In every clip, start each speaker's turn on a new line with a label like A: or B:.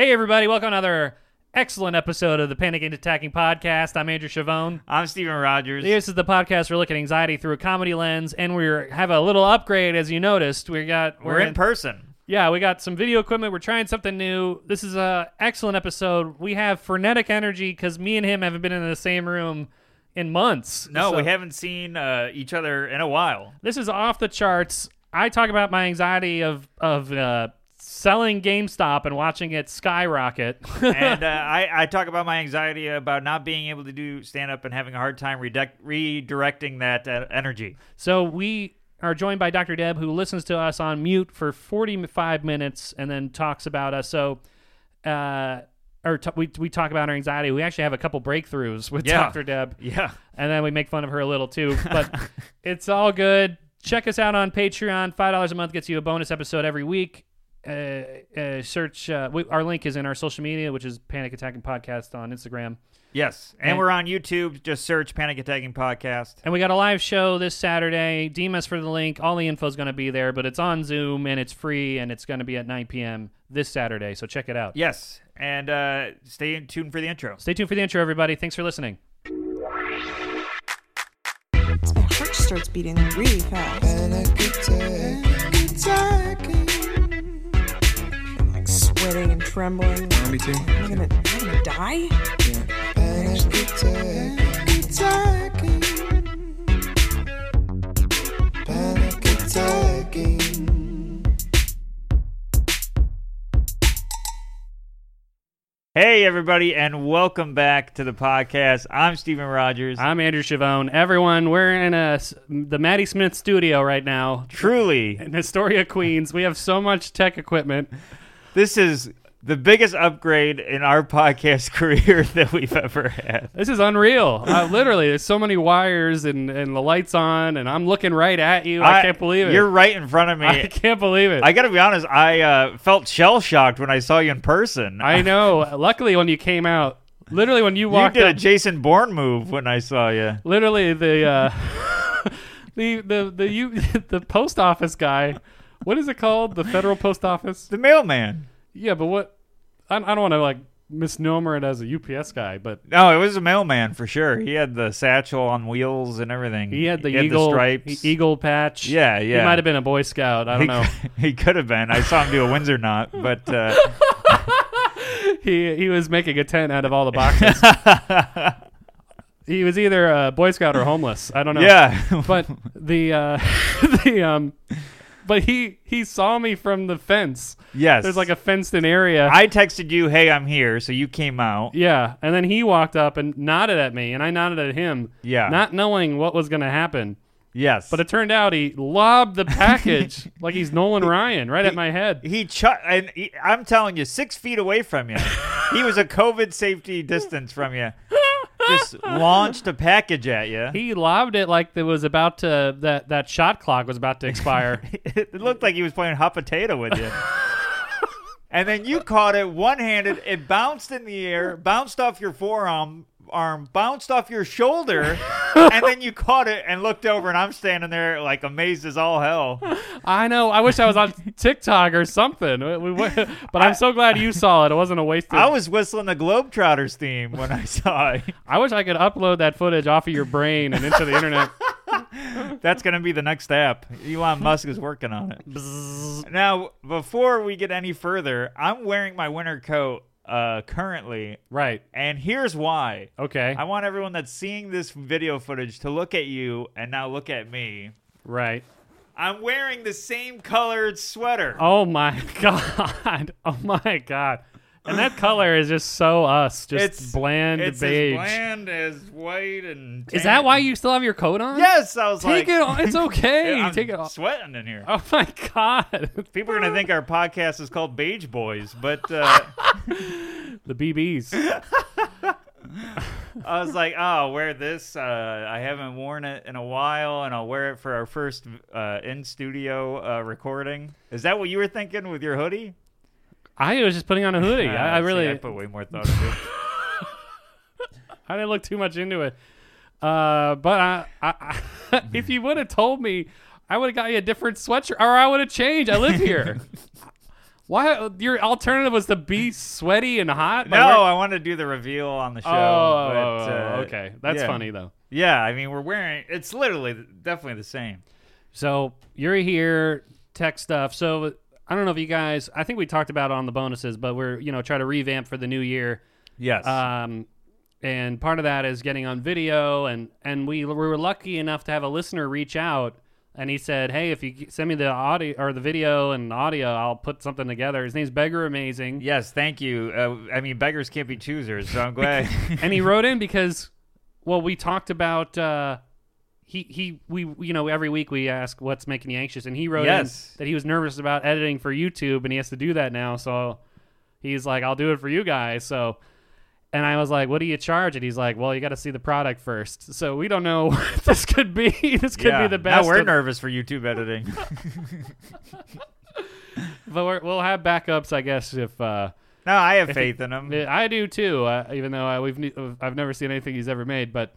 A: Hey, everybody, welcome to another excellent episode of the Panic and Attacking Podcast. I'm Andrew Chavone.
B: I'm Steven Rogers.
A: This is the podcast where we look at anxiety through a comedy lens, and we have a little upgrade, as you noticed. We got
B: We're in person.
A: yeah, we got some video equipment. We're trying something new. This is a excellent episode. We have frenetic energy because me and him haven't been in the same room in months.
B: No,
A: So
B: we haven't seen uh, each other in a while.
A: This is off the charts. I talk about my anxiety of of uh, selling GameStop and watching it skyrocket.
B: And uh, I, I talk about my anxiety about not being able to do stand up and having a hard time reduc- redirecting that uh, energy.
A: So we are joined by Dr. Deb, who listens to us on mute for 45 minutes and then talks about us. So, uh, or t- we, we talk about our anxiety. We actually have a couple breakthroughs with
B: Yeah.
A: Dr. Deb,
B: Yeah.
A: and then we make fun of her a little too. But it's all good. Check us out on Patreon. $5 a month gets you a bonus episode every week. Uh, uh, search uh, we, our link is in our social media, which is Panic Attacking Podcast on Instagram.
B: Yes. And,
A: And-
B: we're on YouTube. Just search Panic Attacking Podcast.
A: And we got a live show this Saturday. Deem us for the link. All the info's going to be there, but it's on Zoom and it's free and it's going to be at 9 p.m. this Saturday. So check it out.
B: Yes. And uh, stay tuned for the intro.
A: Stay tuned for the intro, everybody. Thanks for listening.
C: My heart starts beating really fast.
D: panic attack. Attacking.
C: I'm like sweating and trembling.
D: Me too.
C: Am I gonna, am I gonna die?
D: Panic attack. Attacking. Panic attacking.
B: Hey, everybody, and welcome back to the podcast. I'm Steven Rogers.
A: I'm Andrew Chavone. Everyone, we're in a, s- the Maddie Smith studio right now
B: Truly,
A: in Astoria, Queens. We have so much tech equipment.
B: this is the biggest upgrade in our podcast career that we've ever had.
A: This is unreal. Uh, literally, there's so many wires and, and the lights on, and I'm looking right at you. I, can't believe it.
B: You're right in front of me.
A: I
B: I,
A: can't believe it.
B: got to be honest. I uh, felt shell shocked when I saw you in person.
A: I know. Luckily, when you came out, literally when you
B: you
A: walked
B: did
A: up,
B: a Jason Bourne move when I saw you.
A: literally the uh, the the the you the post office guy. What is it called? The federal post office.
B: The mailman.
A: Yeah, but what? I, I don't want to like misnomer it as a UPS guy, but
B: No, it was a mailman for sure. He had the satchel on wheels and everything.
A: he had the eagle
B: stripes.
A: e- eagle patch.
B: Yeah, yeah.
A: He might have been a Boy Scout. I
B: he,
A: don't know.
B: cou- he could have been. I saw him do a Windsor knot, but uh,
A: he he was making a tent out of all the boxes. he was either a Boy Scout or homeless. I don't know.
B: yeah.
A: but the uh the um but he he saw me from the fence
B: yes.
A: there's like a fenced in area
B: I texted you, "Hey, I'm here," so you came out.
A: yeah and then he walked up and nodded at me and i nodded at him
B: Yeah.
A: not knowing what was gonna happen
B: Yes.
A: but it turned out he lobbed the package like he's nolan ryan right at my head
B: He chuck, and he, I'm telling you, six feet away from you. he was a COVID safety distance from you. Just launched a package at you.
A: he lobbed it like it was about to that that shot clock was about to expire
B: it looked like he was playing hot potato with you. and then you caught it one handed. It bounced in the air, bounced off your forearm, arm, bounced off your shoulder, and then you caught it and looked over, and I'm standing there like amazed as all hell.
A: i know i wish i was on tiktok or something We- we- but i'm so glad you saw it it wasn't a wasted
B: I was whistling the Globetrotters theme when I saw it.
A: I wish I could upload that footage off of your brain and into the internet.
B: That's going to be the next app. Elon Musk is working on it. now, before we get any further, I'm wearing my winter coat uh, currently,
A: Right.
B: and here's why.
A: Okay.
B: I want everyone that's seeing this video footage to look at you and now look at me.
A: right.
B: I'm wearing the same colored sweater.
A: Oh my god. Oh my god. And that color is just so us. Just
B: It's-
A: bland
B: it's
A: beige.
B: as bland as white and.
A: Is
B: tan.
A: that why you still have your coat on?
B: Yes, I was like,
A: Take it off. It's okay.
B: I'm
A: Take it off.
B: Sweating in here.
A: Oh my god.
B: People are gonna think our podcast is called Beige Boys, but uh,
A: The BBs.
B: I was like, oh, I'll wear this. Uh, I haven't worn it in a while, and I'll wear it for our first uh, in studio uh, recording. Is that what you were thinking with your hoodie?
A: I was just putting on a hoodie.
B: Ah,
A: I, I
B: see,
A: really
B: I put way more thought into it.
A: I didn't look too much into it. Uh, but I, I, I if you would have told me, I would have got you a different sweatshirt, or I would have changed. I live here. Why your alternative was to be sweaty and hot? Like,
B: No,
A: we're-
B: I want to do the reveal on the show.
A: Oh,
B: but, uh,
A: okay. That's
B: yeah.
A: funny though.
B: Yeah, I mean, we're wearing. It's literally definitely the same.
A: So you're here, tech stuff. So I don't know if you guys. I think we talked about it on the bonuses, but we're you know try to revamp for the new year.
B: Yes.
A: Um, and part of that is getting on video, and and we we were lucky enough to have a listener reach out, and he said, "Hey, if you g- send me the audio or the video and audio, I'll put something together." His name's Beggar Amazing,
B: yes. Thank you. Uh, I mean, beggars can't be choosers, so I'm glad.
A: and he wrote in because, well, we talked about uh, he he we you know every week we ask what's making you anxious, and he wrote
B: Yes.
A: in that he was nervous about editing for YouTube, and he has to do that now, so he's like, "I'll do it for you guys." So. And I was like, "What do you charge?" And he's like, "Well, you got to see the product first. So we don't know. what this could be. This could
B: yeah.
A: be the best.
B: Now we're
A: of-
B: nervous for YouTube editing.
A: But we're, we'll have backups, I guess. If uh,
B: no, I have faith in them.
A: I do too, uh, even though I, we've ne- I've never seen anything he's ever made. But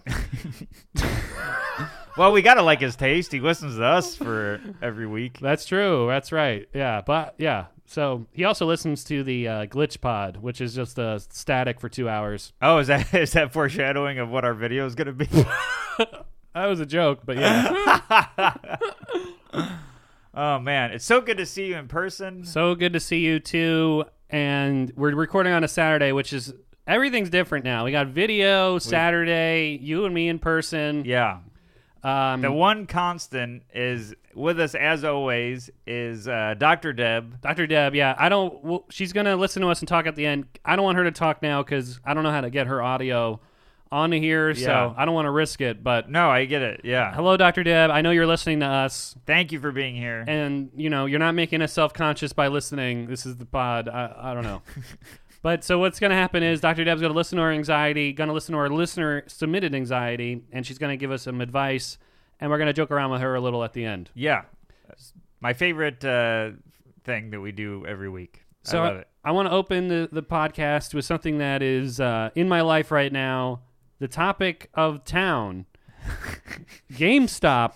B: Well, we gotta like his taste. He listens to us for every week.
A: That's true. That's right. Yeah, but yeah. So he also listens to the uh, glitch pod, which is just uh, static for two hours.
B: Oh, is that is that foreshadowing of what our video is gonna be?
A: That was a joke, but yeah.
B: oh man, it's so good to see you in person.
A: so good to see you too. And we're recording on a Saturday, which is everything's different now. We got video Saturday, you and me in person.
B: yeah.
A: Um,
B: The one constant is with us as always is uh, Dr. Deb.
A: Dr. Deb, yeah, I don't. Well, she's gonna listen to us and talk at the end. I don't want her to talk now because I don't know how to get her audio on here,
B: Yeah.
A: so I don't want to risk it. But
B: No, I get it. Yeah.
A: hello, Dr. Deb. I know you're listening to us.
B: Thank you for being here.
A: and you know you're not making us self-conscious by listening this is the pod i, I don't know but so what's going to happen is dr deb's going to listen to our anxiety going to listen to our listener submitted anxiety and she's going to give us some advice and we're going to joke around with her a little at the end
B: yeah. My favorite uh, thing that we do every week.
A: so
B: I love it.
A: I want to open the, the podcast with something that is uh, in my life right now the topic of town GameStop.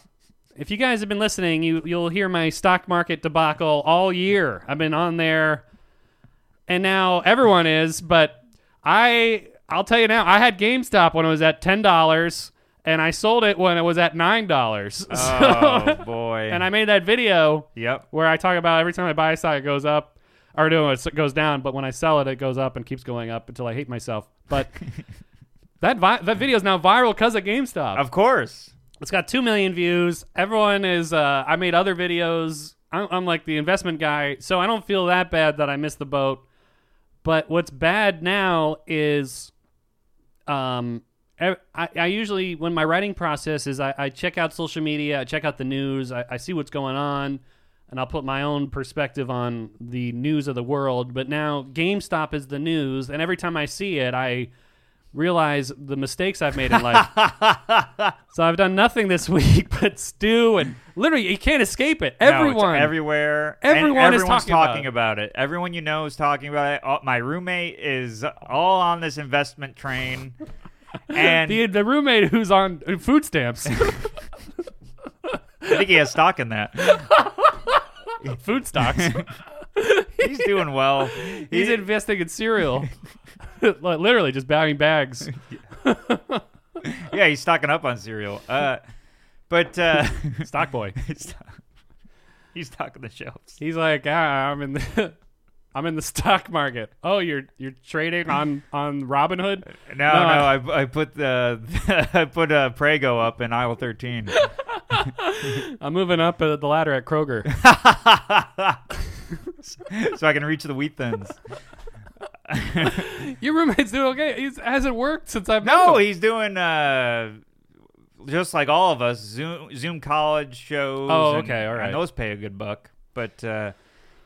A: If you guys have been listening, you, you'll hear my stock market debacle all year. I've been on there, and now everyone is. But I, I'll tell you now, I had GameStop when it was at ten dollars, and I sold it when it was at nine dollars.
B: Oh boy.
A: and I made that video
B: Yep.
A: where I talk about every time I buy a stock, it goes up, or no, it goes down. But when I sell it, it goes up and keeps going up until I hate myself. But that vi- that video is now viral because of GameStop.
B: Of course.
A: It's got two million views. Everyone is. Uh, I made other videos. I'm, I'm like the investment guy, so I don't feel that bad that I missed the boat. But what's bad now is, um, ev- I, I usually when my writing process is I, I check out social media, I check out the news, I, I see what's going on, and I'll put my own perspective on the news of the world. But now GameStop is the news, and every time I see it, I realize the mistakes I've made in life. so I've done nothing this week but stew and literally you can't escape it.
B: No, it's
A: Everyone,
B: everywhere, and
A: Everyone is
B: everyone's
A: talking about it.
B: about, it. Everyone you know is talking about it. All- my roommate is all on this investment train, and
A: the, the roommate who's on uh, food stamps,
B: I think he has stock in that.
A: food stocks.
B: He's doing well.
A: He's
B: He-
A: investing in cereal. Li- Literally just bagging bags.
B: yeah, he's stocking up on cereal. Uh, but uh,
A: Stock boy.
B: he's he's stocking the shelves.
A: He's like, ah, I'm in the I'm in the stock market. Oh, you're you're trading on on Robinhood?
B: No,
A: No, I-
B: no, I, I put the I put uh, Prego up in aisle thirteen.
A: I'm moving up uh, the ladder at Kroger.
B: so I can reach the wheat thins.
A: Your roommate's doing okay. He hasn't worked since I've met
B: No,
A: him.
B: he's doing uh, just like all of us Zoom Zoom college shows.
A: Oh,
B: and-
A: okay, all right.
B: And those pay a good buck, but uh,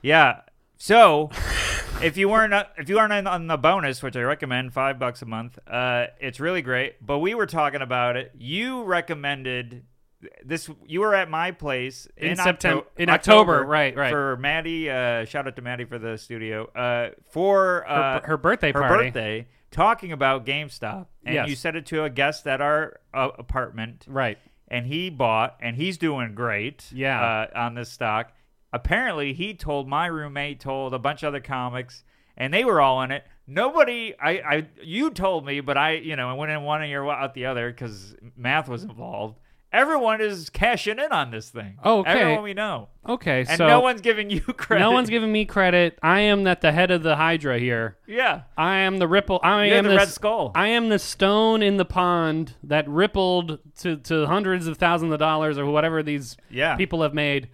B: yeah. So if you weren't uh, if you aren't on- on the bonus, which I recommend, five bucks a month, uh, it's really great. But we were talking about it. You recommended this. You were at my place
A: In
B: in,
A: Septem-
B: Octo-
A: in October, right, right.
B: For Maddie, uh, shout out to Maddie for the studio. Uh, for uh,
A: her, her birthday
B: her
A: party.
B: birthday talking about GameStop, and
A: Yes.
B: you said it to a guest at our uh, apartment,
A: Right.
B: and he bought, and he's doing great,
A: Yeah.
B: uh, on this stock. Apparently, he told my roommate, told a bunch of other comics, and they were all in it. Nobody, I, I, you told me, but I, you know, I went in one ear out the other because math was involved. Everyone is cashing in on this thing.
A: Oh, okay.
B: Everyone we know,
A: Okay,
B: and
A: so
B: no one's giving you credit.
A: no one's giving me credit. I am at the head of the Hydra here.
B: Yeah,
A: I am the ripple. I
B: You're
A: am
B: the
A: the
B: Red
A: s-
B: Skull.
A: I am the stone in the pond that rippled to, to hundreds of thousands of dollars or whatever these
B: Yeah.
A: people have made.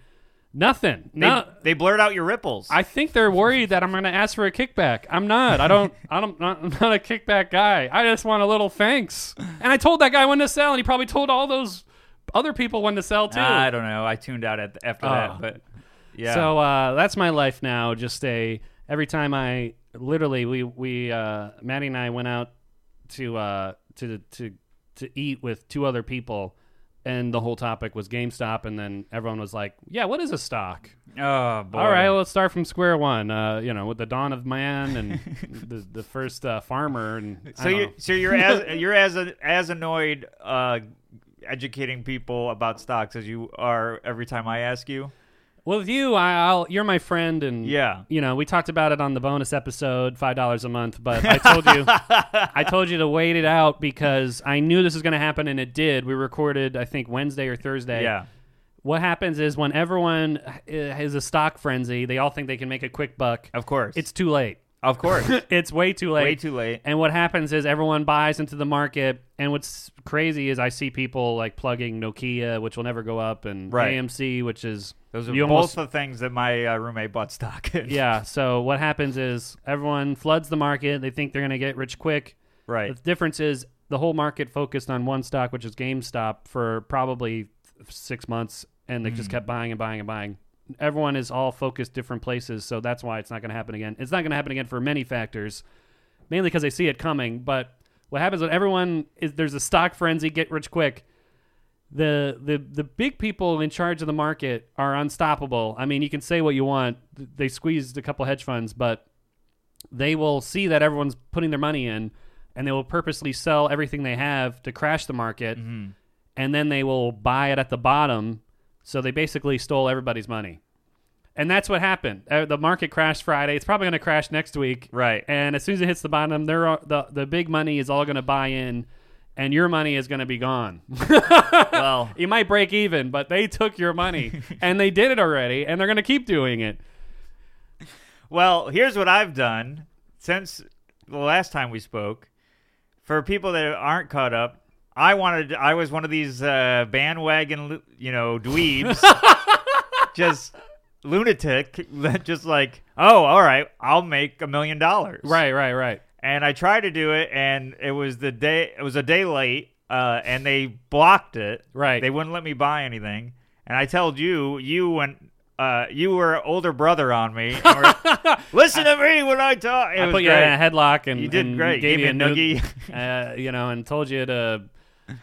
A: Nothing.
B: they,
A: No,
B: they blurred out your ripples.
A: I think they're worried that I'm going to ask for a kickback. I'm not. I don't. I don't. Not, I'm not a kickback guy. I just want a little thanks. And I told that guy when to sell, and he probably told all those other people when to sell too.
B: I don't know. I tuned out at, after
A: Oh.
B: that, but yeah.
A: So uh, that's my life now. Just a every time I literally we we uh, Maddie and I went out to uh, to to to eat with two other people, and the whole topic was GameStop, and then everyone was like, "Yeah, what is a stock?"
B: oh boy.
A: All right, well, let's start from square one. Uh, you know, with the dawn of man and the the first uh, farmer, and I
B: So
A: don't
B: you
A: know.
B: so you're as you're as as annoyed uh, educating people about stocks as you are every time I ask you.
A: Well, with you, I, I'll you're my friend, and
B: Yeah.
A: you know, we talked about it on the bonus episode, five dollars a month. But I told you, I told you to wait it out because I knew this was going to happen, and it did. We recorded, I think, Wednesday or Thursday.
B: Yeah.
A: What happens is when everyone uh, is a stock frenzy, they all think they can make a quick buck.
B: Of course.
A: It's too late.
B: of course.
A: It's way too late.
B: Way too late.
A: And what happens is everyone buys into the market. And what's crazy is I see people like plugging Nokia, which will never go up, and
B: Right.
A: AMC, which is
B: Those are
A: you
B: both
A: almost-
B: the things that my uh, roommate bought stock in.
A: yeah. So what happens is everyone floods the market. They think they're going to get rich quick.
B: Right.
A: The difference is the whole market focused on one stock, which is GameStop, for probably six months, and they just kept buying and buying and buying. Everyone is all focused different places, so that's why it's not going to happen again. It's not going to happen again for many factors, mainly because they see it coming. But what happens when everyone is there's a stock frenzy, get rich quick the the the big people in charge of the market are unstoppable. I mean, you can say what you want. Th- They squeezed a couple hedge funds, but they will see that everyone's putting their money in, and they will purposely sell everything they have to crash the market, and then they will buy it at the bottom. So they basically stole everybody's money, and that's what happened. Uh, the market crashed Friday. It's probably going to crash next week,
B: Right.
A: And as soon as it hits the bottom, they're all- the the big money is all going to buy in. And your money is going to be gone.
B: well,
A: You might break even, but they took your money and they did it already and they're going to keep doing it.
B: well, here's what I've done since the last time we spoke. For people that aren't caught up, I wanted I was one of these uh, bandwagon, you know, dweebs. just lunatic, just like, "Oh, all right, I'll make a million dollars."
A: Right, right, right.
B: and I tried to do it, and it was the day. It was a day late, uh, and they blocked it.
A: Right.
B: They wouldn't let me buy anything, and I told you, you went. Uh, you were older brother on me. You were, Listen to me when I talk. It
A: I
B: was
A: put you
B: great.
A: in a headlock and
B: You did
A: and
B: great.
A: Gave
B: Gave
A: you a
B: me a
A: nu- uh, you know, and told you to,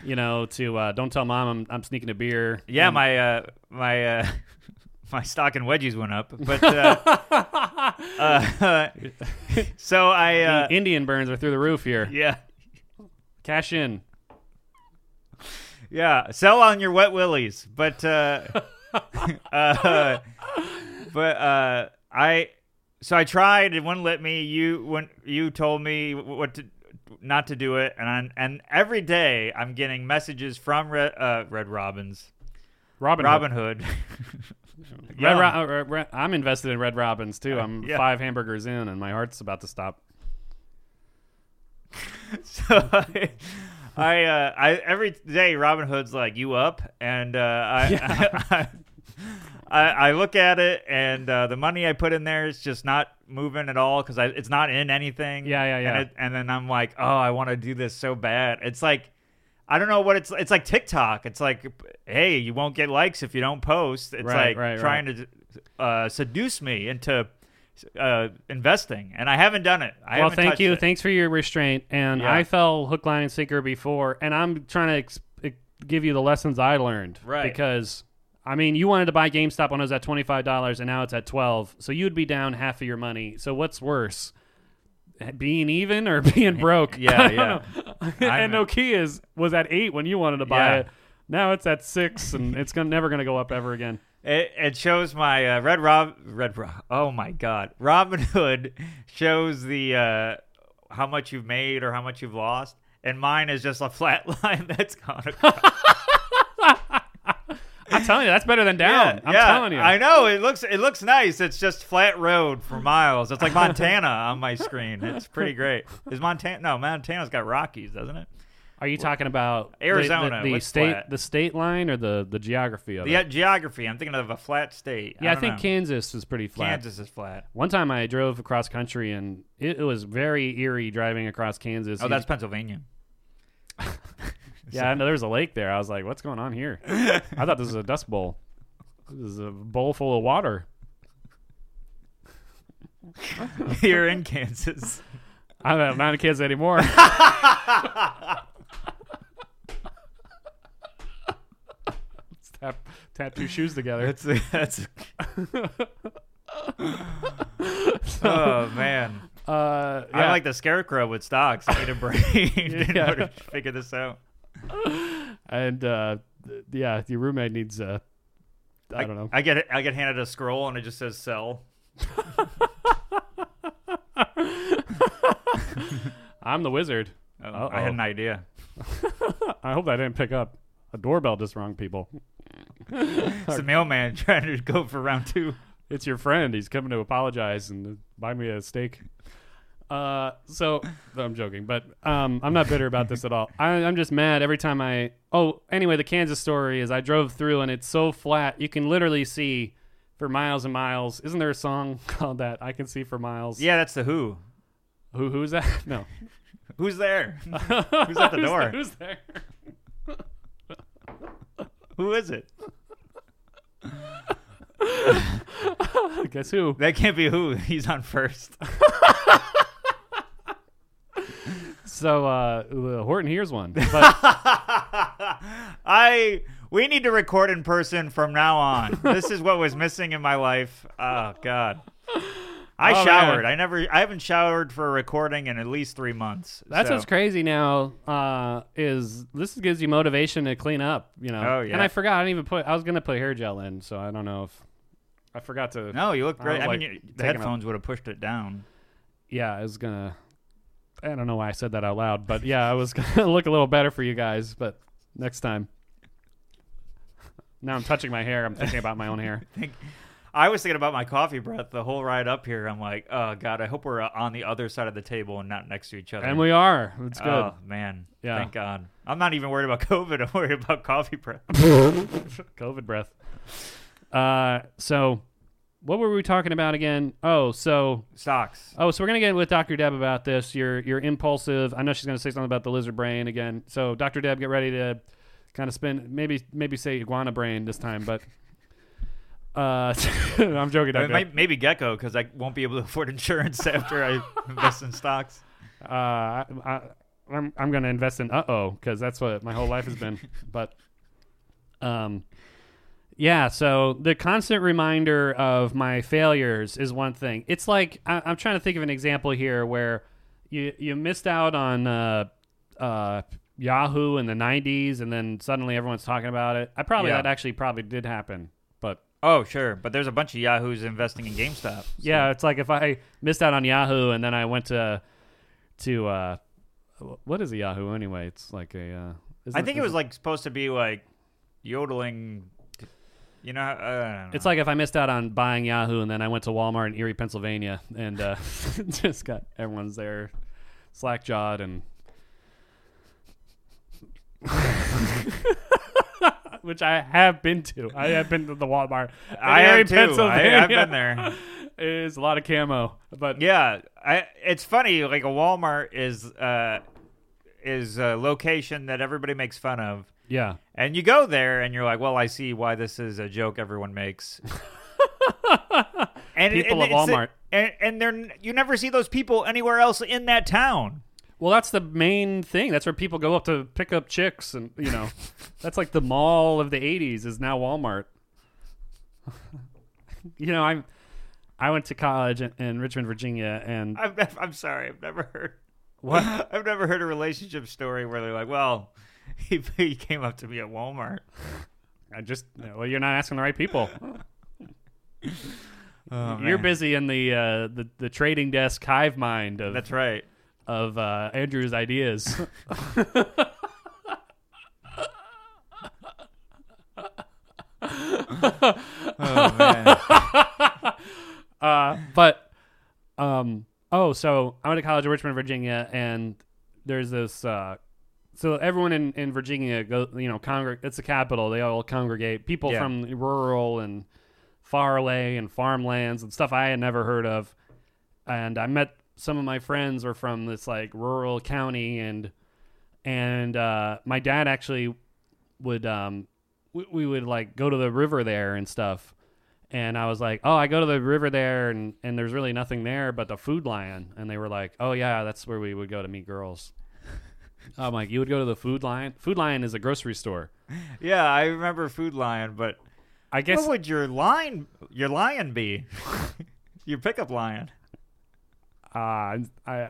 A: you know, to uh, don't tell mom I'm, I'm sneaking a beer.
B: yeah, my uh, my uh, my stock and wedgies went up, but uh, uh, so I
A: The
B: uh,
A: Indian burns are through the roof here.
B: yeah
A: Cash in.
B: Yeah, sell on your wet willies, but uh, uh, but uh, I so I tried. It wouldn't let me. You when you told me what to not to do it, and I, and every day I'm getting messages from Red, uh, Red Robins,
A: Robin.
B: Robin Hood.
A: Hood. Red
B: Yeah.
A: Ro- uh, Red- Red- I'm invested in Red Robins too. I'm
B: Uh, Yeah.
A: five hamburgers in and my heart's about to stop.
B: So I, I, uh, I every day Robin Hood's like, "You up?" And uh, I, I, I, look at it, and uh, the money I put in there is just not moving at all because it's not in anything.
A: Yeah, yeah, yeah.
B: And, it, and then I'm like, "Oh, I want to do this so bad." It's like. I don't know what it's it's like TikTok. It's like, hey, you won't get likes if you don't post. It's
A: Right,
B: like
A: right,
B: trying to uh, seduce me into uh, investing, and I haven't done it. I
A: well,
B: haven't
A: thank
B: touched
A: you.
B: it.
A: Thanks for your restraint. And
B: Yeah.
A: I fell hook, line, and sinker before, and I'm trying to ex- ex- give you the lessons I learned.
B: Right.
A: Because, I mean, you wanted to buy GameStop when it was at $25, and now it's at 12 So you'd be down half of your money. So what's worse? eh, Being even or being broke?
B: Yeah,
A: I don't
B: yeah.
A: know.
B: I'm-
A: and Nokia's was at eight when you wanted to buy
B: Yeah.
A: it. Now it's at six, and it's gonna, never going to go up ever again.
B: It, it shows my uh, Red Rob Red Rob. Oh my God, Robin Hood shows the uh, how much you've made or how much you've lost, and mine is just a flat line that's gone. Across.
A: I'm telling you, that's better than down. I'm
B: Yeah,
A: telling you.
B: I know it looks it looks nice. It's just flat road for miles. It's like Montana on my screen. It's pretty great. Is Montana? No, Montana's got Rockies, doesn't it?
A: Are you talking about the-
B: Arizona,
A: the, the,
B: what's
A: state,
B: flat?
A: the state line, or the the geography of it?
B: Yeah, geography. I'm thinking of a flat state.
A: Yeah, I,
B: don't
A: think
B: know.
A: Kansas is pretty flat.
B: Kansas is flat.
A: One time I drove across country and it, it was very eerie driving across Kansas.
B: Oh,
A: You-
B: that's Pennsylvania.
A: yeah. I know there was a lake there. I was like, "What's going on here?" I thought this was a dust bowl. This is a bowl full of water.
B: You're in Kansas.
A: I'm not- I'm not in Kansas anymore. Let's tap tap two shoes together.
B: That's that's. oh man,
A: Uh, yeah.
B: I'm like the scarecrow with stocks. I need a brain in
A: Yeah.
B: order to figure this out.
A: and uh, th- yeah, your roommate needs. Uh, I, don't know.
B: I get I get handed a scroll and it just says sell.
A: I'm the wizard.
B: Oh, I had an idea.
A: I hope I didn't pick up. A doorbell just rung people.
B: It's the mailman trying to go for round two.
A: It's your friend. He's coming to apologize and buy me a steak. Uh, so no, I'm joking, but um, I'm not bitter about this at all. I, I'm just mad every time I. Oh, anyway, the Kansas story is I drove through and it's so flat you can literally see for miles and miles. Isn't there a song called that? I can see for miles.
B: Yeah, that's the who.
A: Who who's that? No.
B: Who's there? who's at the
A: Who's
B: door?
A: there? Who's there?
B: Who is it?
A: Guess who?
B: That can't be who. He's on first.
A: So uh, Horton here's one. But
B: I we need to record in person from now on. this is what was missing in my life. Oh God. I
A: Oh,
B: showered.
A: man.
B: I never I haven't showered for a recording in at least three months.
A: That's
B: so.
A: what's crazy now uh, is this gives you motivation to clean up, you know.
B: Oh, yeah.
A: And I forgot I didn't even put I was gonna put hair gel in, so I don't know if I forgot to.
B: No, you look
A: I
B: great.
A: was,
B: I,
A: like,
B: mean you- the
A: taken up.
B: headphones would have pushed it down.
A: Yeah, I was gonna. I don't know why I said that out loud, but yeah, I was gonna look a little better for you guys, but next time. Now I'm touching my hair. I'm thinking about my own hair.
B: think- I was thinking about my coffee breath the whole ride up here. I'm like, oh god, I hope we're uh, on the other side of the table and not next to each other.
A: And we are. It's good.
B: Oh man,
A: Yeah.
B: thank God. I'm not even worried about COVID. I'm worried about coffee breath.
A: COVID breath. Uh, so, what were we talking about again? Oh, so
B: Stocks.
A: Oh, so we're gonna get with Dr. Deb about this. You're you're impulsive. I know she's gonna say something about the lizard brain again. So Dr. Deb, get ready to kind of spin maybe maybe say iguana brain this time, but uh I'm joking, Dr.
B: I mean, may- maybe gecko because I won't be able to afford insurance after I invest in stocks.
A: Deb. Uh I, I I'm I'm gonna invest in uh oh, because that's what my whole life has been. But um yeah, so the constant reminder of my failures is one thing. It's like I, I'm trying to think of an example here where you you missed out on uh, uh, Yahoo in the '90s, and then suddenly everyone's talking about it. I probably
B: Yeah.
A: that actually probably did happen, but
B: Oh sure, but there's a bunch of yahoos investing in GameStop.
A: yeah, it's like if I missed out on Yahoo and then I went to to uh, what is a Yahoo anyway? It's like a uh,
B: I think it was like supposed to be like yodeling. You know, uh, I don't know.
A: It's like if I missed out on buying Yahoo and then I went to Walmart in Erie, Pennsylvania, and uh, just got everyone's there slack jawed and. Which I have been to. I have been to the Walmart. in
B: I
A: Erie,
B: have too. I,
A: Pennsylvania.
B: I've been there.
A: It is a lot of camo, but
B: Yeah, I, it's funny. Like a Walmart is uh, is a location that everybody makes fun of,
A: yeah,
B: and you go there and you're like, "Well, I see why this is a joke everyone makes." and
A: People of
B: it's-
A: Walmart.
B: and, and they're n- you never see those people anywhere else in that town.
A: Well, that's the main thing. That's where people go up to pick up chicks, and you know, that's like the mall of the '80s is now Walmart. you know, I'm. I went to college in, in Richmond, Virginia, and
B: I've, nev- I'm sorry, I've never heard. What? I've never heard a relationship story where they're like, "Well, he, he came up to me at Walmart."
A: I just well, you're not asking the right people.
B: Oh,
A: you're
B: man.
A: busy in the uh, the the trading desk hive mind of
B: That's right.
A: of uh, Andrew's ideas.
B: Oh, man.
A: Uh, but um, oh, so I went to college in Richmond, Virginia, and there's this. Uh, so everyone in, in Virginia go, you know, congreg- it's the capital. They all congregate. People
B: Yeah.
A: from rural and far away and farmlands and stuff I had never heard of. And I met some of my friends were from this like rural county, and and uh, my dad actually would um, we, we would like go to the river there and stuff and I was like, "Oh, I go to the river there, and and there's really nothing there but the Food Lion." And they were like, "Oh yeah, that's where we would go to meet girls." I'm like, "You would go to the Food Lion? Food Lion is a grocery store,
B: yeah, I remember Food Lion, but
A: I guess."
B: what would your line, your lion be? your pickup lion.
A: Uh, I,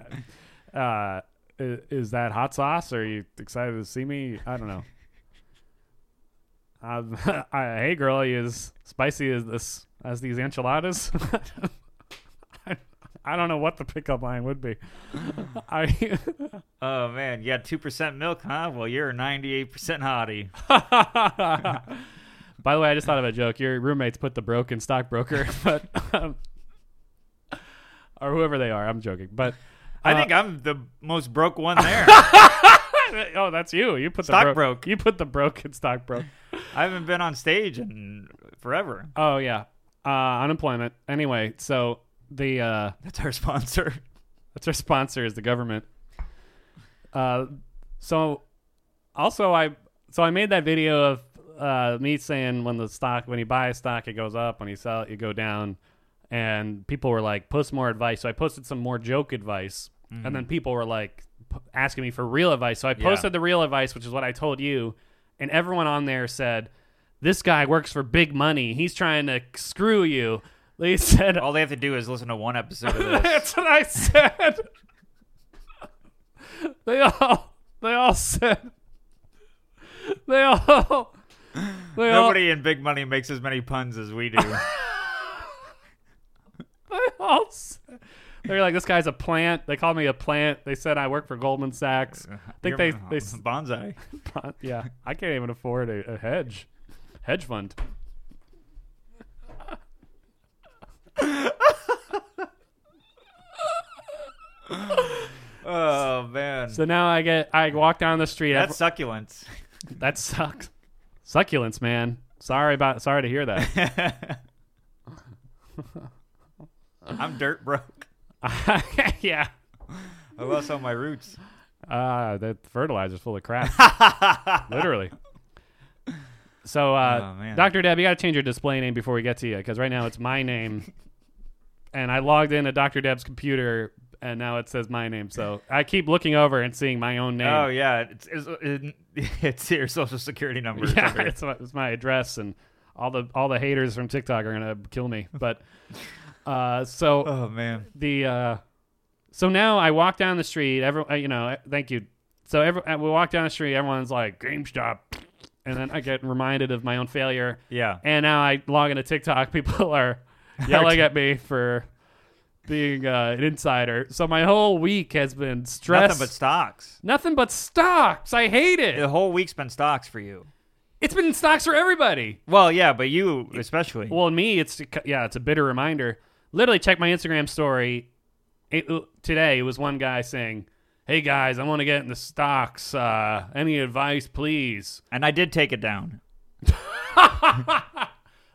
A: uh, i- is that hot sauce? Are you excited to see me? I don't know. Um, I, hey, girl, are you as spicy as this as these enchiladas? I, I don't know what the pickup line would be. I.
B: Oh man, you got two percent milk, huh? Well, you're a ninety-eight percent hottie.
A: By the way, I just thought of a joke. Your roommates put the broken stockbroker, but um, or whoever they are. I'm joking, but
B: I think I'm the most broke one there.
A: oh, that's you. You put the
B: Stock
A: bro-
B: broke.
A: You put the broken stock broke.
B: I haven't been on stage in forever.
A: Oh yeah, uh, unemployment. Anyway, so the uh,
B: That's our sponsor.
A: That's our sponsor is the government. Uh, so also I so I made that video of uh, me saying when the stock when you buy a stock it goes up when you sell it you go down, and people were like post more advice. So I posted some more joke advice, and then people were like p- asking me for real advice. So I
B: Yeah.
A: posted the real advice, which is what I told you, and everyone on there said. This guy works for big money. He's trying to screw you. They said
B: All they have to do is listen to one episode of this.
A: that's what I said. they all they all said they all they
B: Nobody in big money makes as many puns as we do.
A: all they all said, they're like this guy's a plant. They called me a plant. They said I work for Goldman Sachs.
B: Uh,
A: I think they they s-
B: bonsai.
A: yeah. I can't even afford a, a hedge hedge fund.
B: Oh man,
A: So now I get I walk down the street.
B: that's succulents.
A: Every- that sucks. Succulents, man. Sorry about sorry to hear that.
B: I'm dirt broke.
A: yeah.
B: I lost all my roots.
A: Uh, that fertilizer's full of crap. Literally. So,
B: Oh,
A: uh,
B: man.
A: Dr. Deb, you got to change your display name before we get to you because right now it's my name. and I logged into Dr. Deb's computer and now it says my name. So I keep looking over and seeing my own name.
B: Oh yeah, it's it's, it's your social security number.
A: yeah. It's, my- it's my address and all the all the haters from TikTok are going to kill me. But uh, so.
B: Oh man.
A: the uh so now I walk down the street. Every uh, you know, uh, thank you. So every uh, we walk down the street. Everyone's like GameStop, and then I get reminded of my own failure.
B: Yeah.
A: And now I log into TikTok. People are yelling at me for being uh, an insider. So my whole week has been stress.
B: Nothing but stocks.
A: Nothing but stocks. I hate it.
B: The whole week's been stocks for you.
A: It's been stocks for everybody.
B: Well, yeah, but you especially.
A: Well, in me, it's yeah, it's a bitter reminder. Literally, check my Instagram story it, today. It was one guy saying, "Hey guys, I want to get in the stocks. Uh, any advice, please?"
B: and I did take it down.
A: That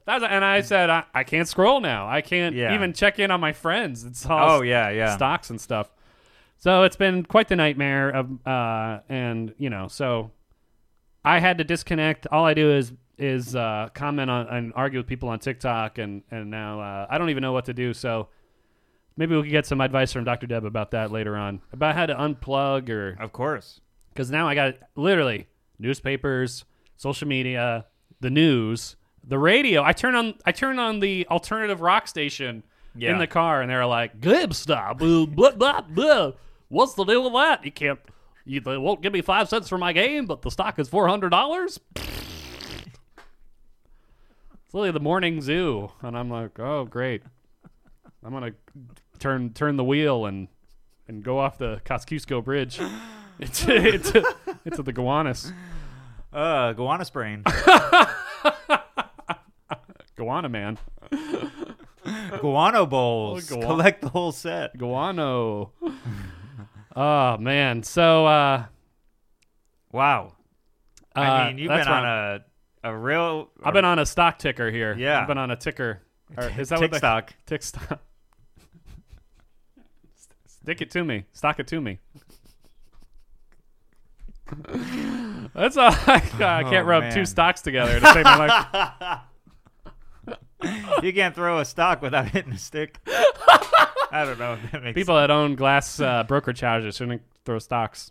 A: was, and I said, I, "I can't scroll now. I can't
B: Yeah.
A: even check in on my friends. It's all
B: Oh yeah, yeah.
A: stocks and stuff." So it's been quite the nightmare of, uh, and you know, so I had to disconnect. All I do is is uh, comment on and argue with people on TikTok, and and now uh, I don't even know what to do. So maybe we could get some advice from Dr. Deb about that later on, about how to unplug or
B: Of course.
A: because now I got literally newspapers, social media, the news, the radio. I turn on I turn on the alternative rock station
B: Yeah.
A: in the car, and they're like GameStop, blah blah blah. blah. What's the deal with that? You can't. You, they won't give me five cents for my game, but the stock is four hundred dollars. It's literally the morning zoo, and I'm like, oh great, I'm gonna turn turn the wheel and and go off the Kosciuszko Bridge. It's it's it's at the Gowanus
B: Uh, guana sprain.
A: Gowana man
B: Guano bowls.
A: Oh, guan-
B: Collect the whole set.
A: Guano. oh man, so uh,
B: Wow.
A: uh,
B: I mean, you've
A: that's
B: been
A: why
B: on
A: I'm-
B: a a real.
A: I've been on a stock ticker here.
B: Yeah.
A: I've been on a ticker. Or is that what
B: tick
A: they-
B: stock.
A: Tick stock. Stick it to me. Stock it to me. That's all I got. I can't
B: Oh,
A: rub
B: man.
A: two stocks together to save my life.
B: You can't throw a stock without hitting a stick. I don't know if that makes
A: People that own glass uh, brokerage houses shouldn't throw stocks.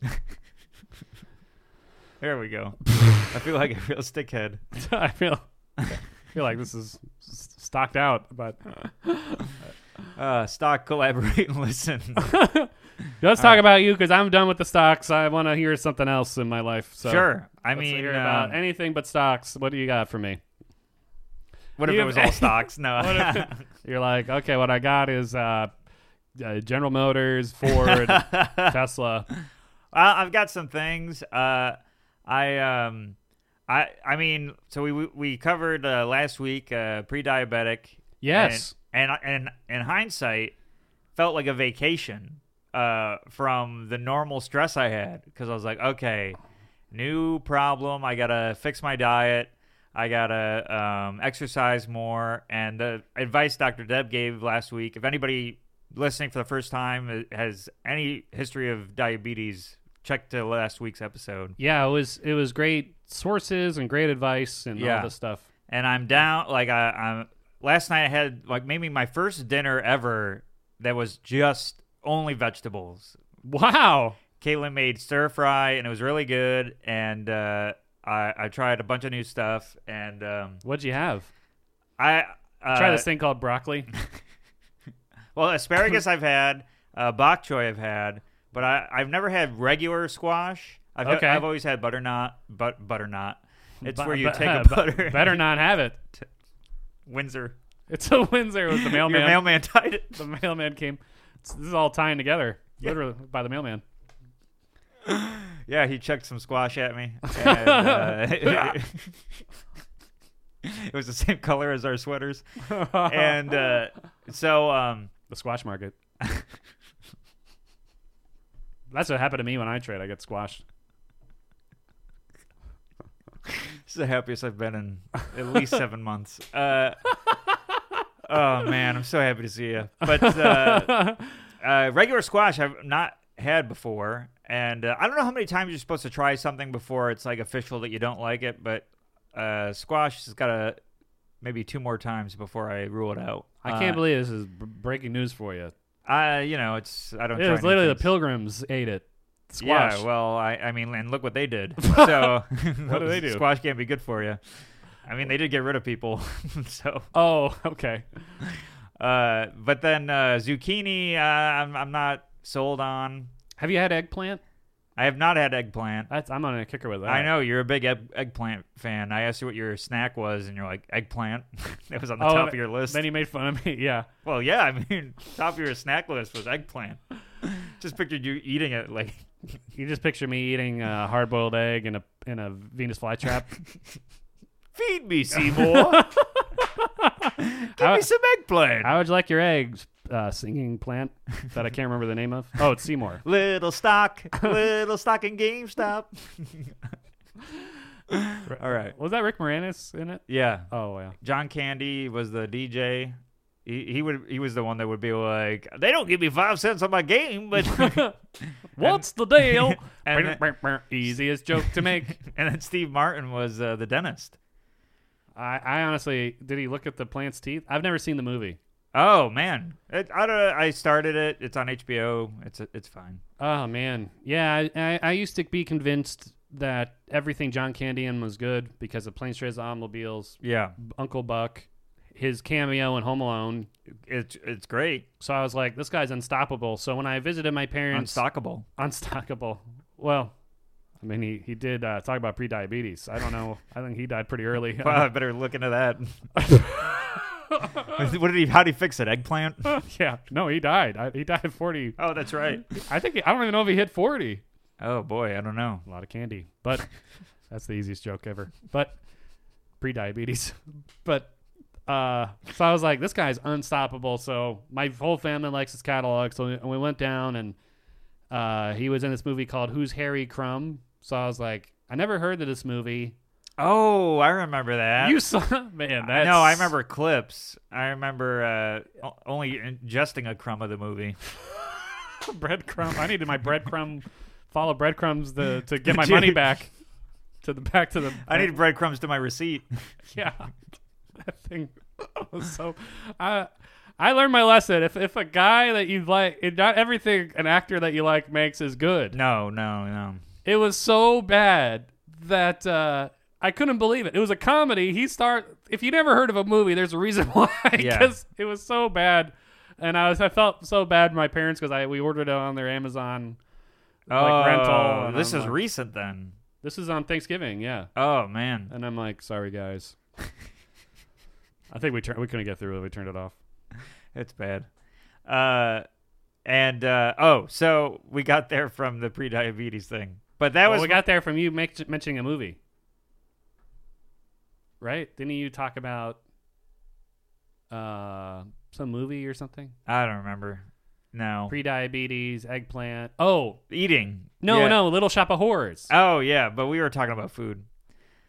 B: There we go. I feel like a real stickhead.
A: I feel, I feel like this is s- stocked out, but
B: Uh, stock, collaborate, and listen.
A: Let's talk about you because I'm done with the stocks. I want to hear something else in my life. So
B: sure. I
A: Let's
B: mean,
A: hear about
B: um,
A: anything but stocks. What do you got for me?
B: what if
A: you
B: it
A: have
B: was all
A: any-
B: stocks? No.
A: You're like, okay, what I got is uh, uh, General Motors, Ford, Tesla.
B: Uh, I've got some things. Uh, I um, I I mean, so we we, we covered uh, last week uh, pre-diabetic.
A: Yes.
B: And, and and in hindsight, felt like a vacation uh, from the normal stress I had because I was like, okay, new problem. I gotta fix my diet. I gotta um, exercise more. And the advice Dr. Deb gave last week, if anybody listening for the first time uh, has any history of diabetes, check to last week's episode.
A: Yeah, it was it was great sources and great advice and
B: Yeah.
A: all this stuff.
B: and I'm down. Like I, I'm last night I had like maybe my first dinner ever that was just only vegetables.
A: Wow.
B: Caitlin made stir fry and it was really good. And uh, I, I tried a bunch of new stuff and um,
A: What'd you have?
B: I uh,
A: Try this thing called broccoli.
B: Well, asparagus I've had, uh, bok choy I've had, but I, I've never had regular squash. I've,
A: Okay.
B: I've always had butternut, but butternut. It's
A: Bu-
B: where you
A: bu-
B: take a
A: bu-
B: butter,
A: Better not have it.
B: Windsor.
A: It's a Windsor with the mailman.
B: Your mailman tied it.
A: the mailman came. It's, this is all tying together, literally by the mailman.
B: Yeah, he chucked some squash at me. And, uh, it was the same color as our sweaters. And uh, so, um,
A: The squash market. That's what happened to me when I trade. I get squashed.
B: this is the happiest I've been in at least seven months. Uh, oh, man, I'm so happy to see you. But uh, uh, regular squash, I've not had before. And uh, I don't know how many times you're supposed to try something before it's like official that you don't like it, but uh, squash has got to maybe two more times before I rule it out.
A: I can't
B: Uh,
A: believe this is b- breaking news for you.
B: I, you know, it's I don't.
A: It
B: try
A: was
B: new
A: literally the
B: things.
A: pilgrims ate it. Squash.
B: Yeah, well, I, I mean, and look what they did. So
A: What do they do?
B: Squash can't be good for you. I mean, they did get rid of people. so,
A: oh, okay.
B: uh, but then uh, zucchini, uh, I'm I'm not sold on.
A: Have you had eggplant?
B: I have not had eggplant.
A: That's, I'm on a kicker with that.
B: I know you're a big egg, eggplant fan. I asked you what your snack was, and you're like eggplant. that was on the
A: Oh,
B: top of your list.
A: Then he made fun of me. Yeah.
B: well, yeah, I mean, top of your snack list was eggplant. Just pictured you eating it like
A: You just picture me eating a hard boiled egg in a in a Venus flytrap.
B: Feed me, Seymour. Give
A: I-
B: me some eggplant.
A: How would you like your eggs? Uh, singing plant that I can't remember the name of. Oh, it's Seymour.
B: little stock, little stock in GameStop. All right.
A: Was that Rick Moranis in it?
B: Yeah.
A: Oh yeah.
B: John Candy was the DJ. He, he would he was the one that would be like, they don't give me five cents on my game, but
A: What's the deal?
B: and
A: Easiest joke to make.
B: and then Steve Martin was uh, the dentist.
A: I, I honestly did. He look at the plant's teeth. I've never seen the movie.
B: Oh man, it, I don't. I started it. It's on HBO. It's it's fine.
A: Oh man, yeah. I, I, I used to be convinced that everything John Candy in was good because of Planes, Trains, and Automobiles,
B: Yeah,
A: Uncle Buck, his cameo in Home Alone.
B: it's it's great.
A: So I was like, this guy's unstoppable. So when I visited my parents,
B: Unstockable.
A: unstockable. Well, I mean, he he did uh, talk about pre-diabetes. I don't know. I think he died pretty early.
B: Well, I better look into that. what did he? How did he fix it? Eggplant.
A: yeah, no, he died. I, he died at forty.
B: Oh, that's right.
A: I think he, I don't even know if he hit forty.
B: Oh boy, I don't know.
A: A lot of candy, but that's the easiest joke ever. But pre-diabetes. But uh, so I was like, this guy's unstoppable. So my whole family likes his catalog. So we, we went down and uh, he was in this movie called Who's Harry Crumb. So I was like, I never heard of this movie.
B: Oh, I remember that.
A: you saw, man. That's,
B: No, I remember clips. I remember uh, o- only ingesting a crumb of the movie.
A: breadcrumb. I needed my breadcrumb, follow breadcrumbs the, to get my
B: Dude.
A: money back. To the back to the.
B: I need breadcrumbs to my receipt.
A: yeah. That thing was so. I I learned my lesson. If if a guy that you like, it- not everything an actor that you like makes is good.
B: No, no, no.
A: It was so bad that uh, I couldn't believe it. It was a comedy. He start. If you never heard of a movie, there's a reason why.
B: Yeah.
A: Because it was so bad, and I was I felt so bad for my parents because I we ordered it on their Amazon.
B: oh,
A: rental, and
B: This
A: I'm
B: is
A: like-
B: recent then.
A: This is on Thanksgiving, yeah.
B: Oh man.
A: And I'm like, sorry guys. I think we tur- we couldn't get through it. We turned it off.
B: It's bad. Uh and uh oh, so we got there from the pre-diabetes thing. But that
A: Well,
B: was
A: we got there from you make, mentioning a movie, right? Didn't you talk about uh, some movie or something?
B: I don't remember. No.
A: Pre-diabetes, eggplant. Oh
B: Eating.
A: no,
B: Yeah.
A: no, Little Shop of Horrors.
B: Oh yeah, but we were talking about food.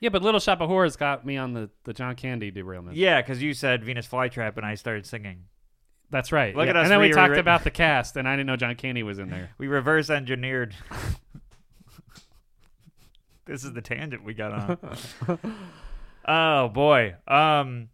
A: yeah, but Little Shop of Horrors got me on the, the John Candy derailment.
B: Yeah, cuz you said Venus flytrap and I started singing.
A: that's right.
B: Look
A: yeah.
B: at us
A: and then we talked
B: rewritten.
A: about the cast, and I didn't know John Candy was in there.
B: We reverse engineered. this is the tangent we got on. oh boy. Um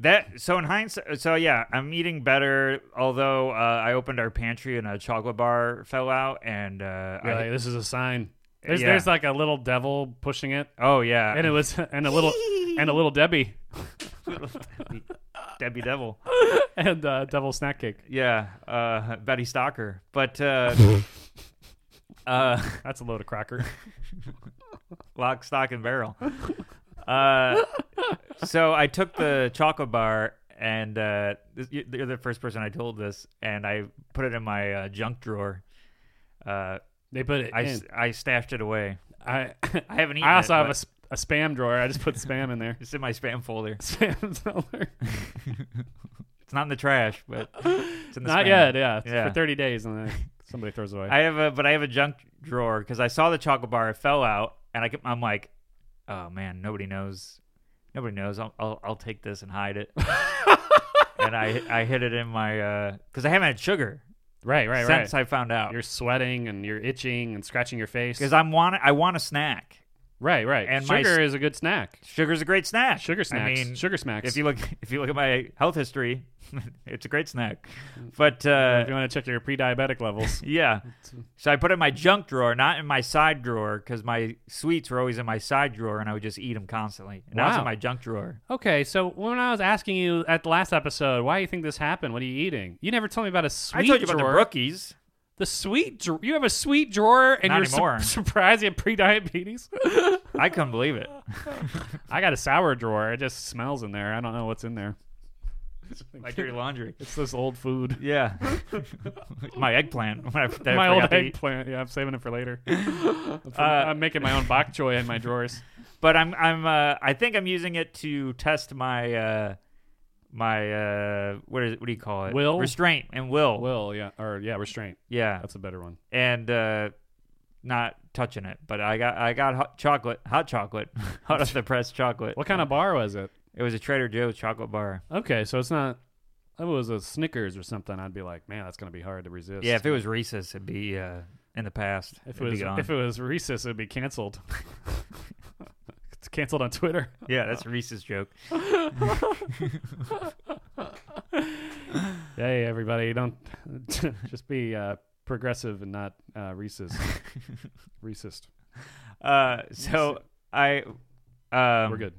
B: that so in hindsight so yeah, I'm eating better although uh, I opened our pantry and a chocolate bar fell out and uh
A: You're
B: I,
A: like, this is a sign. There's,
B: Yeah.
A: there's like a little devil pushing it,
B: oh yeah.
A: and it was and a little and a little Debbie
B: Debbie Devil.
A: and uh, devil snack cake.
B: Yeah, uh Betty Stalker. But uh uh
A: That's a load of cracker.
B: lock, stock, and barrel. Uh, so I took the chocolate bar, and uh, this, you- you're the first person I told this, and I put it in my uh, junk drawer. Uh,
A: They put it.
B: I,
A: in.
B: s- I stashed it away.
A: I
B: I haven't eaten
A: I also
B: it,
A: have a,
B: but
A: sp- a spam drawer. I just put spam in there.
B: It's in my spam folder.
A: Spam drawer.
B: It's not in the trash, but it's in the
A: Not
B: spam.
A: yet. Yeah, It's
B: Yeah.
A: for thirty days, and then somebody throws it away.
B: I have a, but I have a junk drawer because I saw the chocolate bar. It fell out, and I, kept- I'm like, oh man, nobody knows, nobody knows. I'll, I'll, I'll take this and hide it. and I, I hid it in my, because I haven't had sugar
A: right, right, right.
B: since I found out.
A: you're sweating and you're itching and scratching your face.
B: Because I'm want, I want a snack.
A: Right, right.
B: and my
A: sugar
B: s-
A: is a good snack.
B: Sugar's a great snack.
A: Sugar snacks.
B: I mean,
A: sugar smacks.
B: If you look, if you look at my health history, it's a great snack. But
A: if
B: uh,
A: you want to check your pre-diabetic levels,
B: Yeah. So I put it in my junk drawer, not in my side drawer, because my sweets were always in my side drawer, and I would just eat them constantly. And now it's in
A: Wow.
B: my junk drawer.
A: Okay, so when I was asking you at the last episode, why do you think this happened? What are you eating? You never told me about a sweet
B: I told you
A: drawer.
B: about the brookies.
A: The sweet drawer. You have a sweet drawer, and
B: Not
A: you're su-
B: anymore.
A: surprised you have pre-diabetes.
B: I couldn't believe it.
A: I got a sour drawer. It just smells in there. I don't know what's in there.
B: my dirty laundry.
A: It's this old food.
B: Yeah. my eggplant. When I, that I
A: my old
B: forgot to eat.
A: eggplant. Yeah, I'm saving it for later. Uh, I'm making my own bok choy in my drawers.
B: But I'm I'm uh, I think I'm using it to test my uh, my uh, what is what do you call it?
A: Will?
B: restraint and will.
A: Will, yeah, or yeah, restraint.
B: Yeah.
A: That's a better one.
B: and uh, not touching it. But I got I got hot chocolate, hot chocolate, hot off the press chocolate.
A: What kind of bar was it?
B: It was a Trader Joe's chocolate bar.
A: Okay, so it's not. If it was a Snickers or something, I'd be like, man, that's gonna be hard to resist.
B: Yeah, if it was Reese's, it'd be uh, in the past.
A: If it
B: It'd be
A: was
B: gone.
A: if it was Reese's, it'd be canceled. it's canceled on Twitter.
B: yeah,
A: Oh.
B: that's Reese's joke.
A: Hey, everybody, don't just be uh, progressive and not uh, Reese's. Racist.
B: Uh, so I, um,
A: We're good.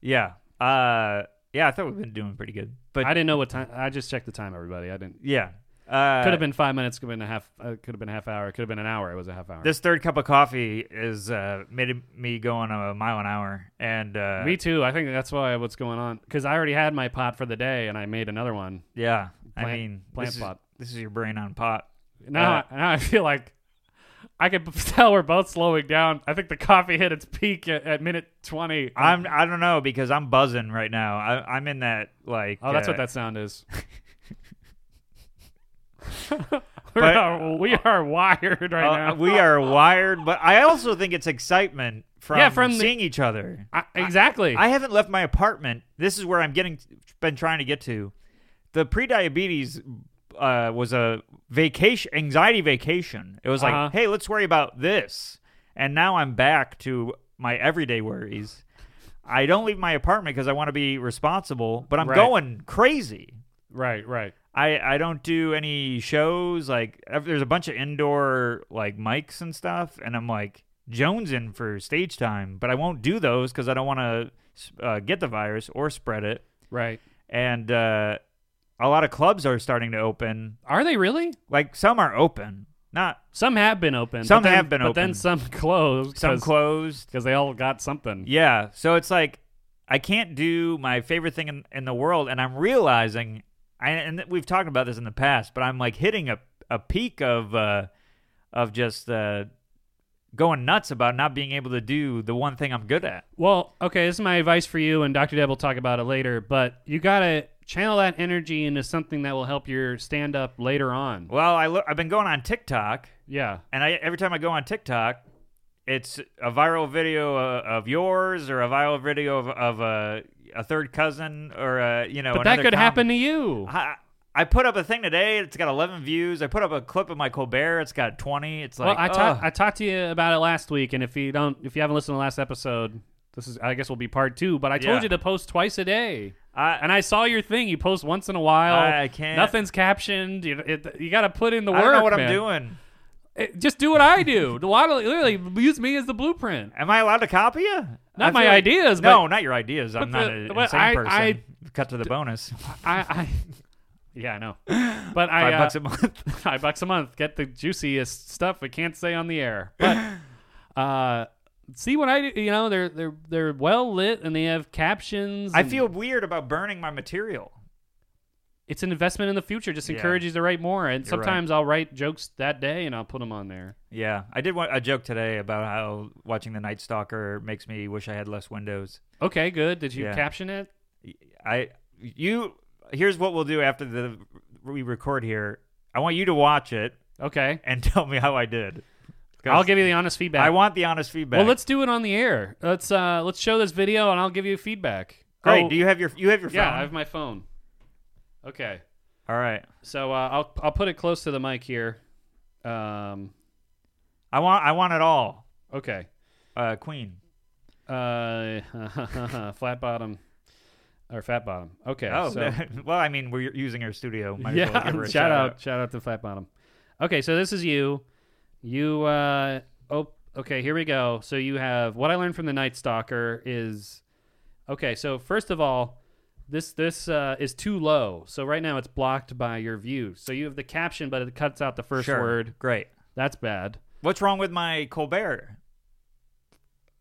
B: Yeah, uh, yeah, I thought we've been doing pretty good, but
A: I didn't know what time. I just checked the time, everybody. I didn't.
B: yeah. Uh,
A: Could have been five minutes. Could have been a half. Uh, could have been a half hour. Could have been an hour. It was a half hour.
B: This third cup of coffee is uh, made me going a mile an hour, and uh,
A: Me too. I think that's why what's going on because I already had my pot for the day and I made another one.
B: yeah, I
A: Plant-
B: mean,
A: plant
B: this is,
A: pot.
B: This is your brain on pot.
A: Now,
B: Uh,
A: I, now I feel like I could tell we're both slowing down. I think the coffee hit its peak at, at minute twenty.
B: I'm I don't know because I'm buzzing right now. I, I'm in that like.
A: oh, that's
B: uh,
A: what that sound is. We're
B: But-
A: are- we are wired right
B: uh,
A: now.
B: we are wired, but I also think it's excitement from,
A: Yeah, from the-
B: seeing each other.
A: I- exactly.
B: I haven't left my apartment. This is where I'm getting been trying to get to. The pre-diabetes uh, was a vacation, anxiety vacation. It was like,
A: Uh-huh.
B: hey, let's worry about this. And now I'm back to my everyday worries. I don't leave my apartment because I want to be responsible, but I'm
A: Right.
B: going crazy.
A: right. Right.
B: I, I don't do any shows like ev- there's a bunch of indoor like mics and stuff and I'm like Jones in for stage time but I won't do those because I don't want to uh, get the virus or spread it
A: Right.
B: and uh, a lot of clubs are starting to open
A: Are they really?
B: like some are open not
A: Some have been open. but
B: Some
A: then-
B: have been
A: but then
B: open.
A: some closed.
B: some closed
A: because they all got something.
B: yeah so it's like I can't do my favorite thing in, in the world and I'm realizing I, and we've talked about this in the past but I'm like hitting a, a peak of uh, of just uh, going nuts about not being able to do the one thing I'm good at.
A: Well, okay, this is my advice for you, and Dr. Deb will talk about it later, but you got to channel that energy into something that will help your stand up later on.
B: Well, I look, I've been going on TikTok,
A: yeah.
B: and I every time I go on TikTok, it's a viral video uh, of yours or a viral video of, of a a third cousin or a, you know.
A: But that
B: another
A: could
B: com-
A: happen to you.
B: I, I put up a thing today. It's got 11 views. I put up a clip of my Colbert. It's got 20. It's
A: well,
B: like
A: I, ta-
B: ugh.
A: I talked to you about it last week, and if you don't, if you haven't listened to the last episode, this is, I guess, will be part two. But I told
B: Yeah.
A: you to post twice a day,
B: I-
A: and I saw your thing. You post once in a while.
B: I can't-
A: Nothing's captioned. You, it, you got to put in the
B: I
A: work.
B: don't know what
A: man.
B: I'm doing.
A: It- just do what I do. A lot of literally use me as the blueprint.
B: Am I allowed to copy you?
A: Not my ideas,
B: No,
A: but-
B: not your ideas. I'm
A: but
B: not
A: the-
B: an
A: but
B: insane
A: I-
B: person.
A: I-
B: Cut to the bonus.
A: I, I yeah, I know. But I
B: Five
A: uh,
B: bucks a month.
A: five bucks a month. Get the juiciest stuff we can't say on the air. But uh, see what I do. You know, they're they're they're well lit and they have captions.
B: I
A: and
B: feel weird about burning my material.
A: it's an investment in the future. Just
B: Yeah.
A: encourage you to write more. And
B: You're right.
A: sometimes I'll write jokes that day and I'll put them on there.
B: Yeah, I did wa- a joke today about how watching The Night Stalker makes me wish I had less windows.
A: Okay, good. Did you
B: Yeah.
A: caption it?
B: I you here's what we'll do after the we record here. I want you to watch it
A: Okay,
B: and tell me how I did. 'Cause
A: I'll give you the honest feedback.
B: I want the honest feedback.
A: Well, let's do it on the air. Let's uh let's show this video and I'll give you feedback.
B: Great.
A: Oh,
B: do you have your you have your phone?
A: yeah, I have my phone. Okay.
B: All right.
A: So uh, I'll I'll put it close to the mic here. Um,
B: I want I want it all.
A: okay.
B: Uh, Queen.
A: Uh, flat bottom or fat bottom. Okay.
B: Oh,
A: so,
B: well, I mean, we're using her studio. Might as
A: yeah.
B: well give her a
A: shout, out, shout out to flat bottom. Okay, so this is you. You uh oh okay, here we go. So you have what I learned from the Night Stalker is okay. So first of all. This this uh, is too low, so right now it's blocked by your view. So you have the caption, but it cuts out the first
B: Sure.
A: word.
B: Great.
A: That's bad.
B: What's wrong with my Colbert?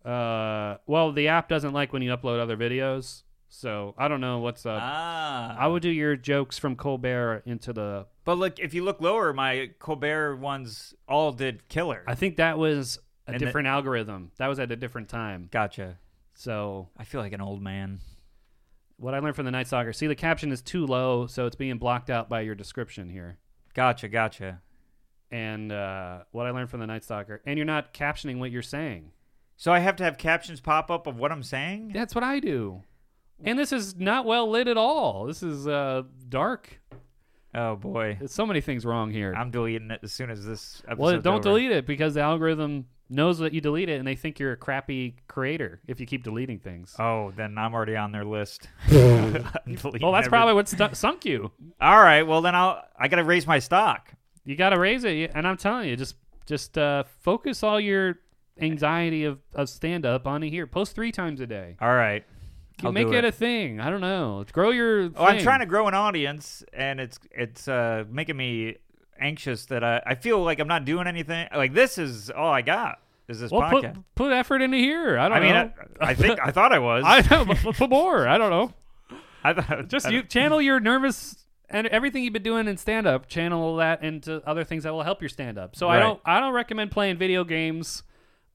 A: uh well the app doesn't like when you upload other videos so i don't know what's up
B: ah.
A: Uh, i would do your jokes from colbert into the
B: but look, if you look lower, my Colbert ones all did killer.
A: i think that was a
B: And the-
A: different algorithm that was at a different time
B: gotcha.
A: so
B: I feel like an old man.
A: what i learned from the night soccer see the caption is too low so it's being blocked out by your description here
B: Gotcha. Gotcha.
A: and uh, what i learned from the night stalker and you're not captioning what you're saying
B: So I have to have captions pop up of what I'm saying.
A: that's what i do and this is not well lit at all this is uh, dark
B: Oh boy,
A: there's so many things wrong here
B: I'm deleting it as soon as this episode.
A: Well, don't delete it because the algorithm knows that you delete it and they think you're a crappy creator if you keep deleting things.
B: Oh, then I'm already on their list.
A: well, that's probably what stu- sunk you.
B: All right. Well, then I'll. I gotta raise my stock.
A: You got to raise it. And I'm telling you, just just uh, focus all your anxiety of, of stand up on here. Post three times a day.
B: All right.
A: Can
B: I'll
A: make
B: do
A: it.
B: it.
A: a thing. I don't know. Grow your.
B: Oh, I'm trying to grow an audience, and it's it's uh, making me anxious that I, I feel like I'm not doing anything. Like this is all I got is this
A: Well, put
B: podcast.
A: put effort into here. I don't
B: I mean,
A: know.
B: I, I think I thought I was.
A: I know, but but- but more. I don't know.
B: I thought
A: Just
B: I-
A: you channel your nervous and everything you've been doing in stand up, channel that into other things that will help your stand up. So I
B: Right.
A: don't I don't recommend playing video games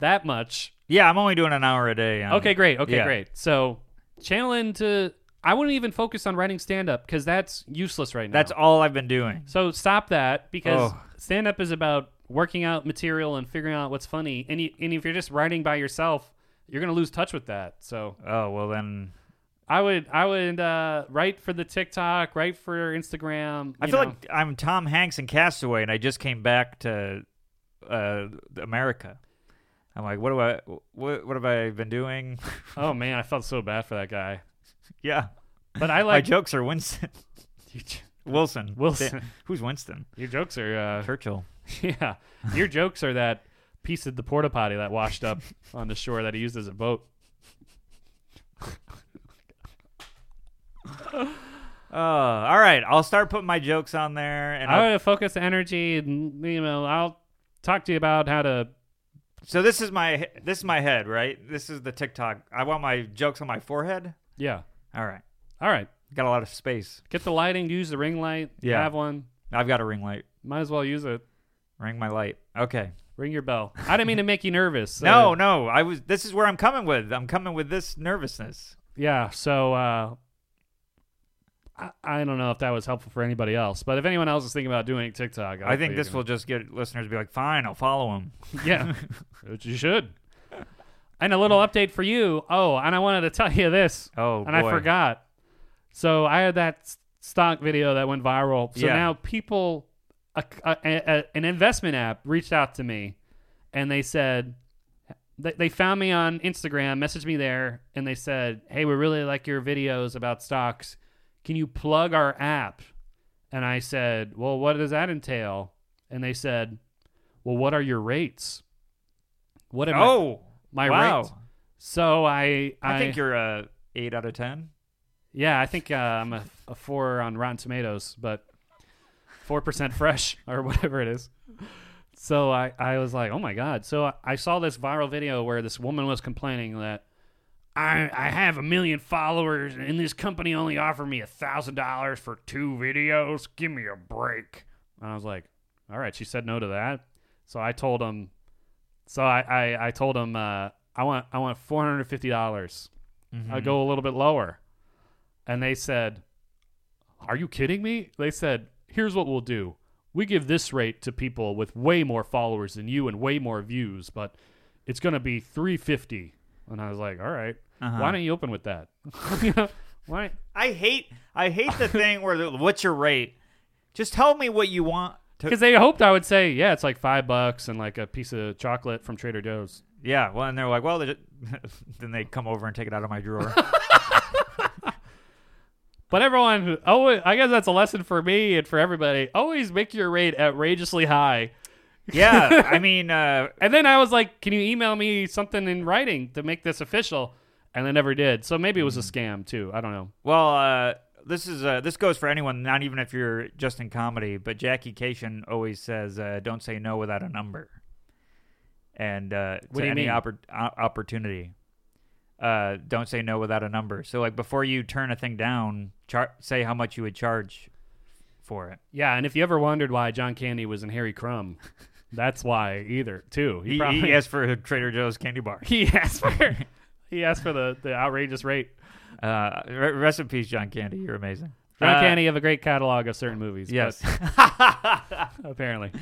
A: that much.
B: Yeah, I'm only doing an hour a day. on-
A: Okay, great. Okay,
B: Mm-hmm. yeah.
A: great. So channel into I wouldn't even focus on writing stand up cuz that's useless right now.
B: That's all I've been doing.
A: So stop that because
B: Oh.
A: stand up is about working out material and figuring out what's funny. And, you, and if you're just writing by yourself, you're going to lose touch with that. So
B: Oh well, then
A: I would I would uh, write for the TikTok, write for Instagram.
B: I
A: you
B: feel
A: know.
B: like I'm Tom Hanks in Castaway, and I just came back to uh, America. I'm like, what do I? What, what have I been doing?
A: oh man, I felt so bad for that guy.
B: yeah,
A: But I
B: my
A: like
B: jokes are Winston Wilson.
A: Wilson.
B: Who's Winston?
A: your jokes are uh,
B: Churchill.
A: yeah, your jokes are that piece of the porta potty that washed up on the shore that he used as a boat.
B: Uh, all right, I'll start putting my jokes on there, and
A: I
B: I'll-
A: would focus the energy and you know I'll talk to you about how to
B: so this is my this is my head, right? This is the TikTok. I want my jokes on my forehead.
A: yeah.
B: All right,
A: All right.
B: got a lot of space.
A: Get the lighting. Use the ring light.
B: Yeah.
A: Have one.
B: I've got a ring light.
A: Might as well use it.
B: Ring my light. Okay.
A: Ring your bell. I didn't mean to make you nervous.
B: No,
A: Uh,
B: no. I was. This is where I'm coming with. I'm coming with this nervousness.
A: Yeah. So uh, I, I don't know if that was helpful for anybody else, but if anyone else is thinking about doing TikTok,
B: I
A: hopefully
B: think this
A: you're
B: will just get listeners to be like, fine, I'll follow him.
A: gonna- Yeah. Which you should. And a little update for you. Oh, and I wanted to tell you this.
B: Oh,
A: and I
B: boy.
A: forgot. So I had that s- stock video that went viral. So
B: Yeah.
A: now people, a, a, a- an investment app reached out to me, and they said they, they found me on Instagram, messaged me there, and they said, "Hey, we really like your videos about stocks. Can you plug our app?" And I said, "Well, what does that entail?" And they said, "Well, what are your rates?" What am I-
B: Oh,
A: my
B: wow.
A: rates? So I,
B: I, think you're a eight out of ten.
A: Yeah, I think uh, I'm a, a four on Rotten Tomatoes, but four percent fresh or whatever it is. So I, I was like, oh my god. So I, I saw this viral video where this woman was complaining that I I have a million followers and this company only offered me a thousand dollars for two videos. Give me a break. And I was like, all right. She said no to that. So I told him. So I I, I told him uh, I want I want four hundred fifty dollars. I go a little bit lower. And they said, Are you kidding me? They said, Here's what we'll do. We give this rate to people with way more followers than you and way more views, but it's going to be 350. And I was like, All right, why don't you open with that? why?
B: I hate. I hate the thing where the, what's your rate? Just tell me what you want. To,
A: Because they hoped I would say, Yeah, it's like five bucks and like a piece of chocolate from Trader Joe's.
B: yeah. Well, and they're like, well, they're just- then they come over and take it out of my drawer.
A: But everyone, always, I guess that's a lesson for me and for everybody. Always make your rate outrageously high.
B: yeah. I mean, uh,
A: And then I was like, "Can you email me something in writing to make this official?" And they never did. So maybe it
B: Mm.
A: was a scam too. I don't know.
B: well, uh, this is uh, this goes for anyone, not even if you're just in comedy. But Jackie Cation always says, uh, "Don't say no without a number." And uh,
A: What
B: to
A: do you
B: any
A: mean?
B: oppor- o- opportunity, uh, don't say no without a number. So, like before you turn a thing down, char- say how much you would charge for it.
A: Yeah, and if you ever wondered why John Candy was in Harry Crumb, that's why either too.
B: He, he asked for a Trader Joe's candy bar.
A: he asked for he asked for the the outrageous rate.
B: Uh, re- rest in peace, John Candy. You're amazing.
A: John
B: Uh,
A: Candy have a great catalog of certain movies.
B: Yes.
A: but- apparently.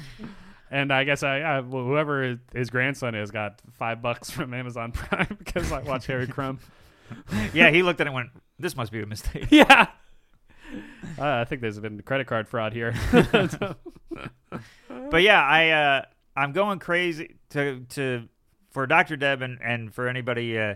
A: And I guess I, I whoever his grandson is got five bucks from Amazon Prime because I watch Harry Crumb.
B: yeah. He looked at it and went, "This must be a mistake."
A: yeah. Uh, I think there's been credit card fraud here.
B: but yeah, I uh, I'm going crazy to to for Dr. Deb and, and for anybody. Uh,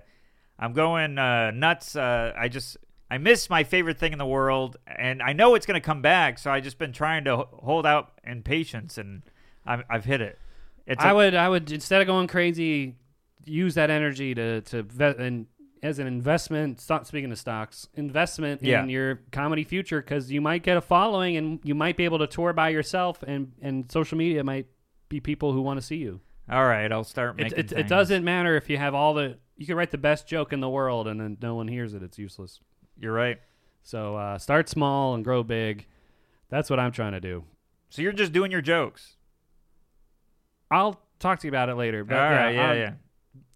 B: I'm going uh, nuts. Uh, I just I miss my favorite thing in the world, and I know it's going to come back. So I just been trying to h- hold out in patience, and I'm, I've hit it. It's
A: I
B: a-
A: would, I would instead of going crazy, use that energy to to vet and as an investment. Stop speaking of stocks. Investment
B: Yeah.
A: in your comedy future because you might get a following and you might be able to tour by yourself, and and social media might be people who want to see you.
B: All right, I'll start
A: It,
B: making.
A: it, it
B: things.
A: doesn't matter if you have all the. You can write the best joke in the world, and then no one hears it. It's useless.
B: You're right.
A: So uh, start small and grow big. That's what I'm trying to do.
B: So you're just doing your jokes.
A: I'll talk to you about it later. But
B: All right, yeah,
A: Uh, I'm-
B: yeah.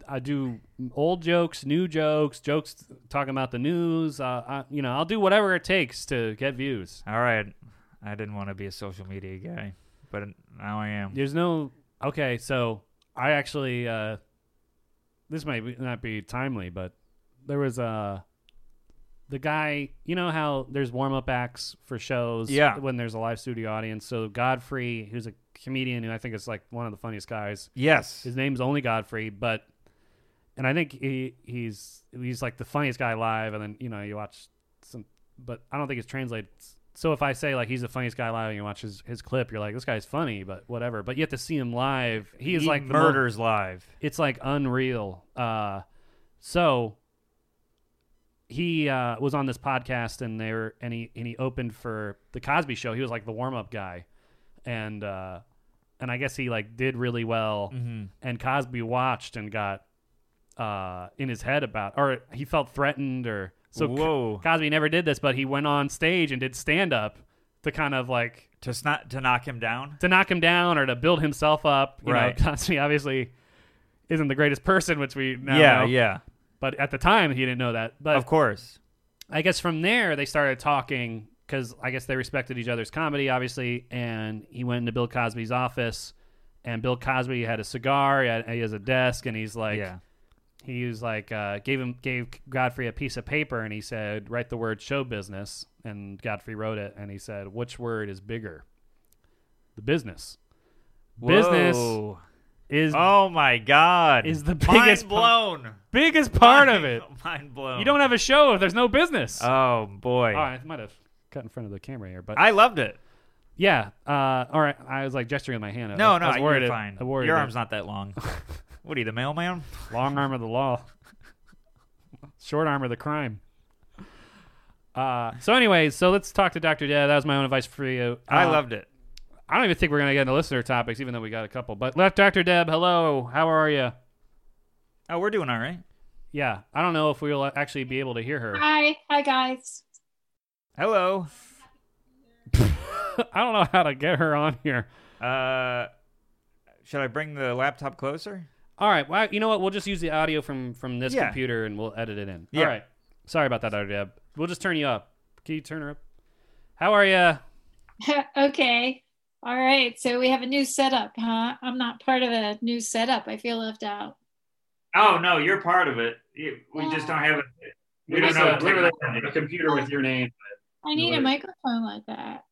A: I do old jokes, new jokes, jokes talking about the news. Uh, I, you know, I'll do whatever it takes to get views.
B: All right. I didn't want to be a social media guy, but now I am.
A: There's no okay. So I actually uh, this might be, not be timely, but there was uh, the guy. You know how there's warm up acts for shows.
B: Yeah.
A: When there's a live studio audience. So Godfrey, who's a comedian who I think is like one of the funniest guys,
B: Yes.
A: His name's only Godfrey, but and I think he he's he's like the funniest guy live, and then you know you watch some, but I don't think it's translated. So if I say like he's the funniest guy live, and you watch his, his clip, you're like this guy's funny, but whatever. But you have to see him live. He is
B: He
A: like the mo-
B: murders live.
A: it's like unreal. Uh, so he uh, was on this podcast and they were and he and he opened for the Cosby Show. He was like the warm up guy, and uh, and I guess he like did really well. And Cosby watched and got uh, in his head about, or he felt threatened, or so. Co-
B: Whoa.
A: Cosby never did this, but he went on stage and did stand up to kind of like
B: To sna- to knock him down.
A: to knock him down or to build himself up. You
B: Right.
A: know, Cosby obviously isn't the greatest person, which we now
B: yeah,
A: know.
B: yeah.
A: But at the time, he didn't know that. But
B: Of course.
A: I guess from there they started talking because I guess they respected each other's comedy, obviously. And he went into Bill Cosby's office, and Bill Cosby had a cigar, he, had, he has a desk, and he's like,
B: yeah.
A: he was like, uh, gave him gave Godfrey a piece of paper, and he said, write the word show business, and Godfrey wrote it, and he said, which word is bigger, the business. Business
B: Whoa.
A: is
B: Oh my God.
A: is the
B: Mind
A: biggest
B: blown.
A: biggest part of it.
B: Mind blown.
A: You don't have a show if there's no business.
B: Oh boy.
A: oh, I might have cut in front of the camera here, but
B: I loved it.
A: yeah. Uh, all right, I was like gesturing with my hand. I
B: No,
A: was- I
B: no,
A: was worried
B: you're
A: it-
B: fine.
A: I worried
B: Your
A: it-
B: arm's not that long. what are you, the mailman?
A: long arm of the law, short arm of the crime. Uh, so anyway, so let's talk to Dr. Dad. That was my own advice for you.
B: I
A: Uh,
B: loved it.
A: I don't even think we're gonna get into listener topics, even though we got a couple. But left Dr. Deb, hello, how are you?
B: Oh, we're doing all right.
A: Yeah, I don't know if we'll actually be able to hear her.
E: Hi, hi guys.
B: Hello.
A: I don't know how to get her on here.
B: Uh, should I bring the laptop closer?
A: All right. Well, you know what? We'll just use the audio from from this
B: Yeah.
A: computer and we'll edit it in.
B: Yeah.
A: All right. Sorry about that, Dr. Deb. We'll just turn you up. Can you turn her up? How are you?
E: okay. All right. So we have a new setup, huh? I'm not part of a new setup. I feel left out.
B: Oh no, you're part of it. You- We just don't have it. We don't know. technology.
A: computer
E: with
A: your name.
E: I need a
A: Right.
E: microphone like that.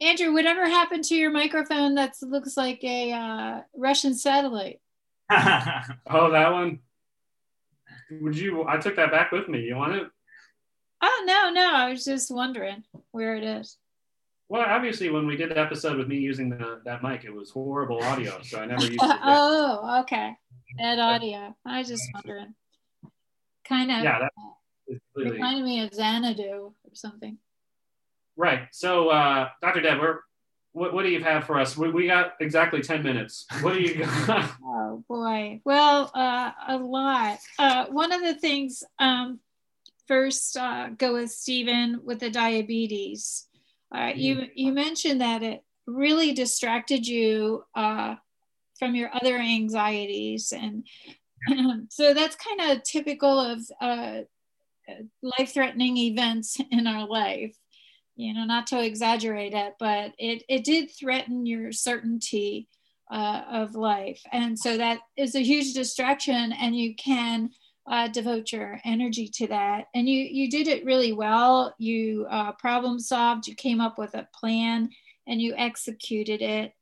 E: Andrew, whatever happened to your microphone that looks like a uh, Russian satellite?
A: Oh, that one. Would you? I took that back with me. You want it?
E: Oh, no, no. I was just wondering where it is.
A: Well, obviously, when we did the episode with me using the, that mic, it was horrible audio, so I never used
E: oh, okay. That audio. I was just wondering. Kind of
A: Yeah, that is completely-
E: reminded me of Xanadu or something.
A: Right. So, uh, Dr. Deb, we're, what, what do you have for us? We, we got exactly 10 minutes. What do you got?
E: Oh boy. Well, uh, a lot. Uh, one of the things, um, first, uh, go with Stephen with the diabetes. Uh, you you mentioned that it really distracted you uh, from your other anxieties, and so that's kind of typical of uh, life-threatening events in our life. You know, not to exaggerate it, but it it did threaten your certainty uh, of life. And so that is a huge distraction, and you can uh, devote your energy to that. And you, you did it really well. You uh, problem solved, you came up with a plan, and you executed it.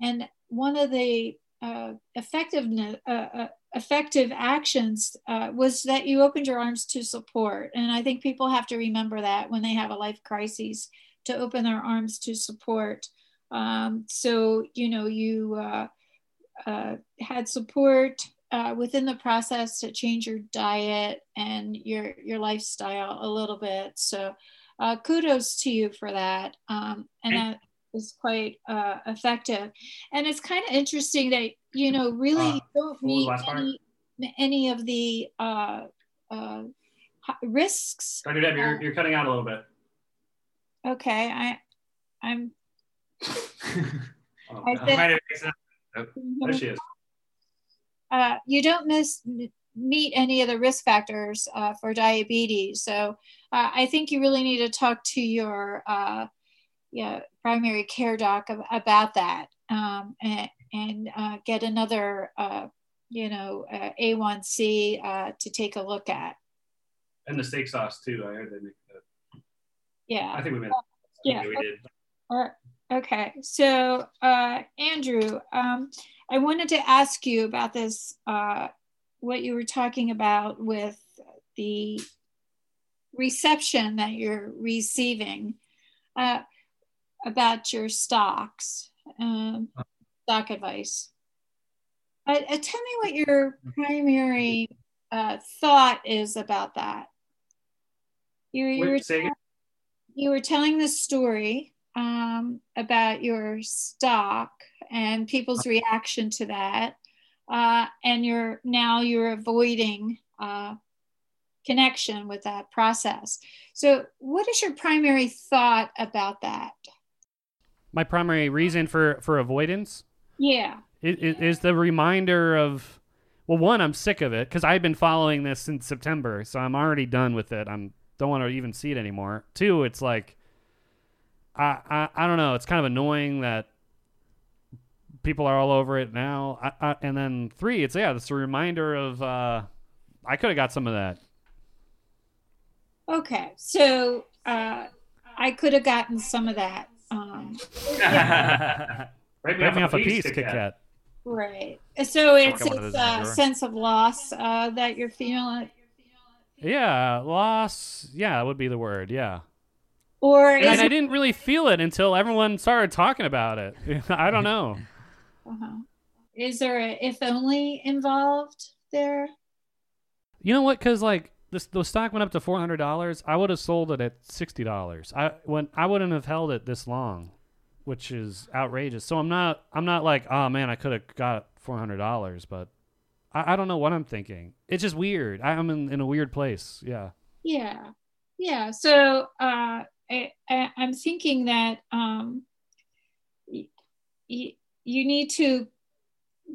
E: And one of the uh, effectiveness, uh, uh, effective actions uh, was that you opened your arms to support. And I think people have to remember that when they have a life crisis to open their arms to support um, so you know you uh, uh, had support uh, within the process to change your diet and your your lifestyle a little bit. So, uh, kudos to you for that, um, and that is quite uh, effective. And it's kind of interesting that you know really
A: Uh,
E: you don't
A: the
E: meet
A: last part?
E: any, any of the uh, uh, hi- risks.
A: Dr. Oh, Deb,
E: Um,
A: you're, you're cutting out a little bit.
E: Okay, I I'm.
A: Oh,
E: I
A: God.
E: said-
A: Might have
E: um,
A: mixed it up. There she is.
E: uh, you don't miss meet any of the risk factors uh, for diabetes. So uh, I think you really need to talk to your uh, yeah, primary care doc ab- about that um, and, and uh, get another uh, you know uh, A1C uh, to take a look at.
A: And the steak sauce, too. I heard they make that.
E: Yeah.
A: I think we made
E: Yeah.
A: We did.
E: Or- Okay. So uh, Andrew, um, I wanted to ask you about this. Uh, what you were talking about with the reception that you're receiving uh, about your stocks, um, stock advice. Uh, uh, tell me what your primary uh, thought is about that. You, you were
A: Wait, say again?
E: you were telling this story um, about your stock and people's reaction to that uh, and you're now you're avoiding uh, connection with that process so what is your primary thought about that
A: My primary reason for, for avoidance
E: yeah
A: it, it is the reminder of well one i'm sick of it because i've been following this since september so i'm already done with it i'm don't want to even see it anymore two it's like I, I i don't know it's kind of annoying that people are all over it now I, I, and then three it's yeah it's a reminder of uh i could have got some of that
E: okay so uh, i could have gotten some of that um,
A: right me off a piece kit kat
E: right so it's,
B: got one of those in
E: it's
B: the
E: a
B: drawer.
E: sense of loss uh, that you're feeling
A: yeah loss yeah would be the word yeah
E: or is
A: and I
E: it,
A: didn't really feel it until everyone started talking about it. I don't know.
E: uh-huh. is there a if only involved there
A: You know what? Because like this, the stock went up to four hundred dollars. I would have sold it at sixty dollars. I when I wouldn't have held it this long, which is outrageous. So I'm not. I'm not like, oh man, I could have got four hundred dollars, but I, I don't know what I'm thinking. It's just weird. I, I'm in, in a weird place. Yeah.
E: Yeah, yeah. So uh, I, I, I'm thinking that um, y- y- you need to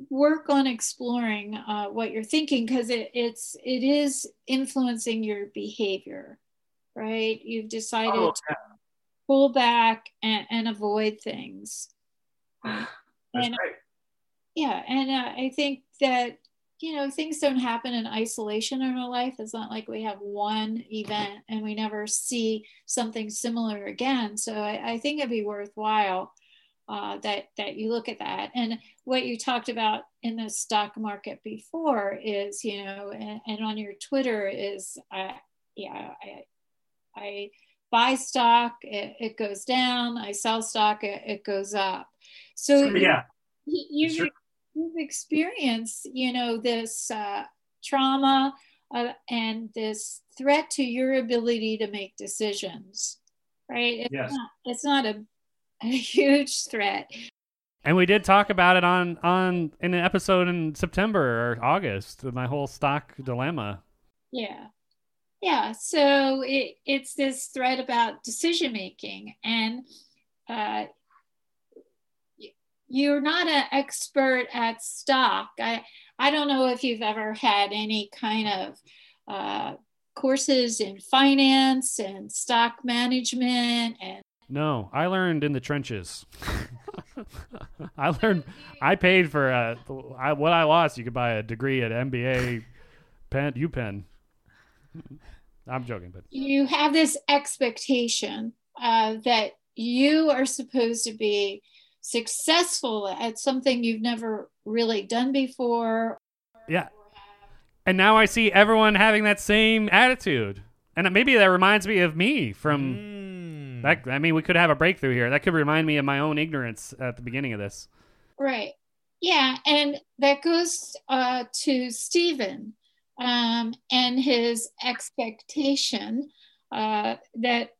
E: work on exploring uh, what you're thinking because it, it's it is influencing your behavior, right? You've decided
A: Oh,
E: to pull back and, and avoid things.
A: That's
E: And-
A: right.
E: yeah, and uh, I think that you know things don't happen in isolation in our life. It's not like we have one event and we never see something similar again. So I, I think it'd be worthwhile uh, that that you look at that. And what you talked about in the stock market before is you know, and, and on your Twitter is uh, yeah, I I buy stock, it, it goes down. I sell stock, it, it goes up. So
A: Yeah.
E: Y- you've,
A: Sure.
E: you've experienced you know this uh, trauma uh, and this threat to your ability to make decisions right it's
A: Yes.
E: not, it's not a, a huge threat
A: And we did talk about it on on in an episode in September or August. uh, My whole stock dilemma.
E: yeah yeah so it, it's this threat about decision making and uh, y- you're not an expert at stock i i don't know if you've ever had any kind of uh, courses in finance and stock management and
A: No, I learned in the trenches. I learned. I paid for uh, I, what I lost. You could buy a degree at MBA, Penn, UPenn. I'm joking, but
E: you have this expectation uh, that you are supposed to be successful at something you've never really done before
A: yeah. And now I see everyone having that same attitude, and maybe that reminds me of me from
B: Mm.
A: that. I mean, we could have a breakthrough here. That could remind me of my own ignorance at the beginning of this.
E: Right. Yeah, and that goes uh, to Stephen um, and his expectation uh, that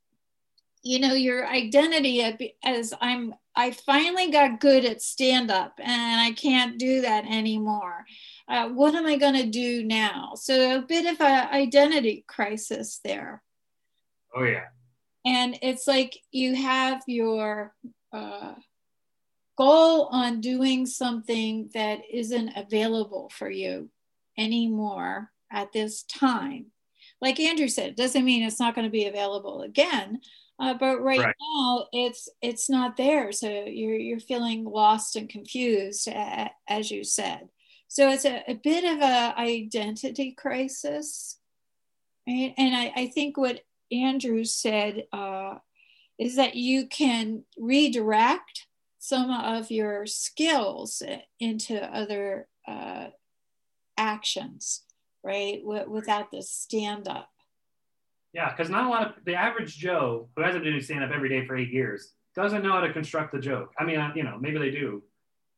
E: you know your identity at- as I'm. I finally got good at stand up, and I can't do that anymore. Uh, what am I going to do now? So a bit of a identity crisis there
A: Oh yeah.
E: and it's like you have your uh, goal on doing something that isn't available for you anymore at this time like andrew said it doesn't mean it's not going to be available again uh, but right,
A: Right.
E: now it's it's not there so you're you're feeling lost and confused a- as you said so it's a, a bit of a identity crisis right? and I, I think what Andrew said uh, is that you can redirect some of your skills into other uh, actions, right? W- without the stand up.
A: Yeah, because not a lot of the average Joe who hasn't been doing stand up every day for eight years doesn't know how to construct a joke. I mean, I- you know, maybe they do,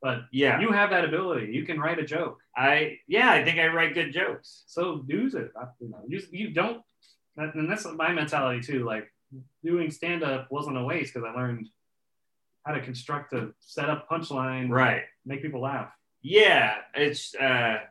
A: but
F: Yeah.
A: you have that ability. You can write a joke.
F: I yeah, I think I write good jokes.
A: So use it. I- You know, use you don't. that- And that's my mentality too. Like doing stand up wasn't a waste because I learned how to construct a set up punchline,
F: Right.
A: make people laugh.
F: Yeah, it's uh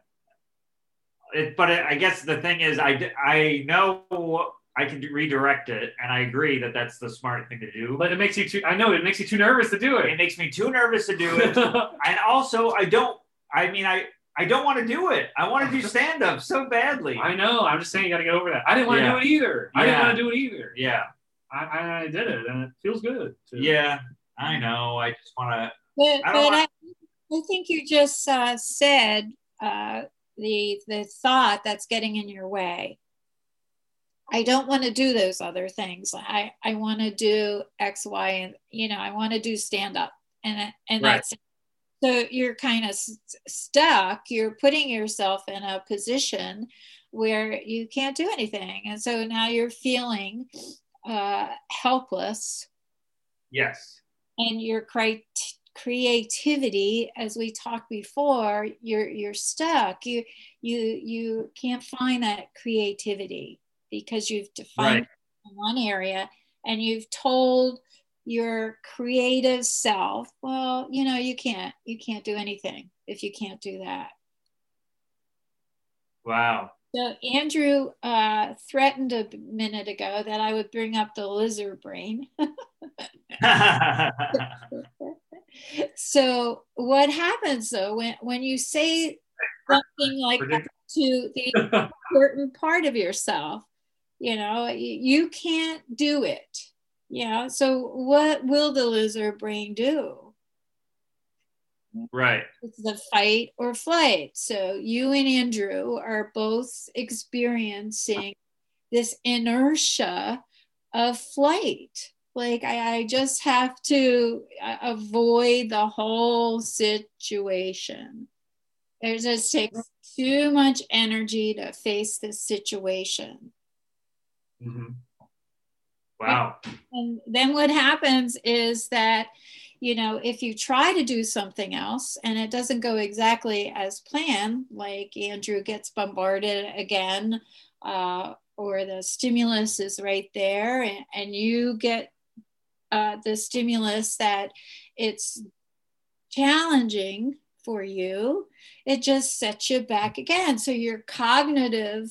F: it but it, I guess the thing is I d- I know I can redirect it and I agree that that's the smart thing to do. But
A: But it makes you too. I know it makes you too nervous to do
F: it
A: it.
F: makes me too nervous to do it. and also I don't I mean I I don't want to do it. I want to do stand up so badly.
A: I know. I'm just saying, you got to get over that. I didn't want to
F: Yeah.
A: do it either. I didn't
F: Yeah.
A: want to do it either.
F: yeah.
A: I, I, I did it, and it feels good. to-
F: Yeah. I know. I just want to
E: But,
F: I
E: I,
F: don't
E: but I, I think you just uh, said uh, the the thought that's getting in your way. I don't want to do those other things. I I want to do X, Y, and you know I want to do stand up, and that- and
F: Right.
E: that's it. so you're kind of s- stuck. You're putting yourself in a position where you can't do anything, and so now you're feeling uh, helpless
A: Yes.
E: and your cri- creativity as we talked before you're you're stuck you you you can't find that creativity because you've defined
F: Right.
E: it in one area and you've told your creative self well you know you can't you can't do anything if you can't do that
F: wow.
E: so andrew uh, threatened a minute ago that i would bring up the lizard brain so what happens though when, when you say something like that to the important part of yourself you know y- you can't do it yeah so what will the lizard brain do
F: right.
E: it's the fight or flight so you and andrew are both experiencing this inertia of flight. Like I, I just have to uh, avoid the whole situation. It just takes too much energy to face this situation.
A: Mhm.
F: Wow.
E: And then what happens is that, you know, if you try to do something else and it doesn't go exactly as planned, like Andrew gets bombarded again, uh, or the stimulus is right there, and, and you get uh, the stimulus that it's challenging for you, it just sets you back again. So your cognitive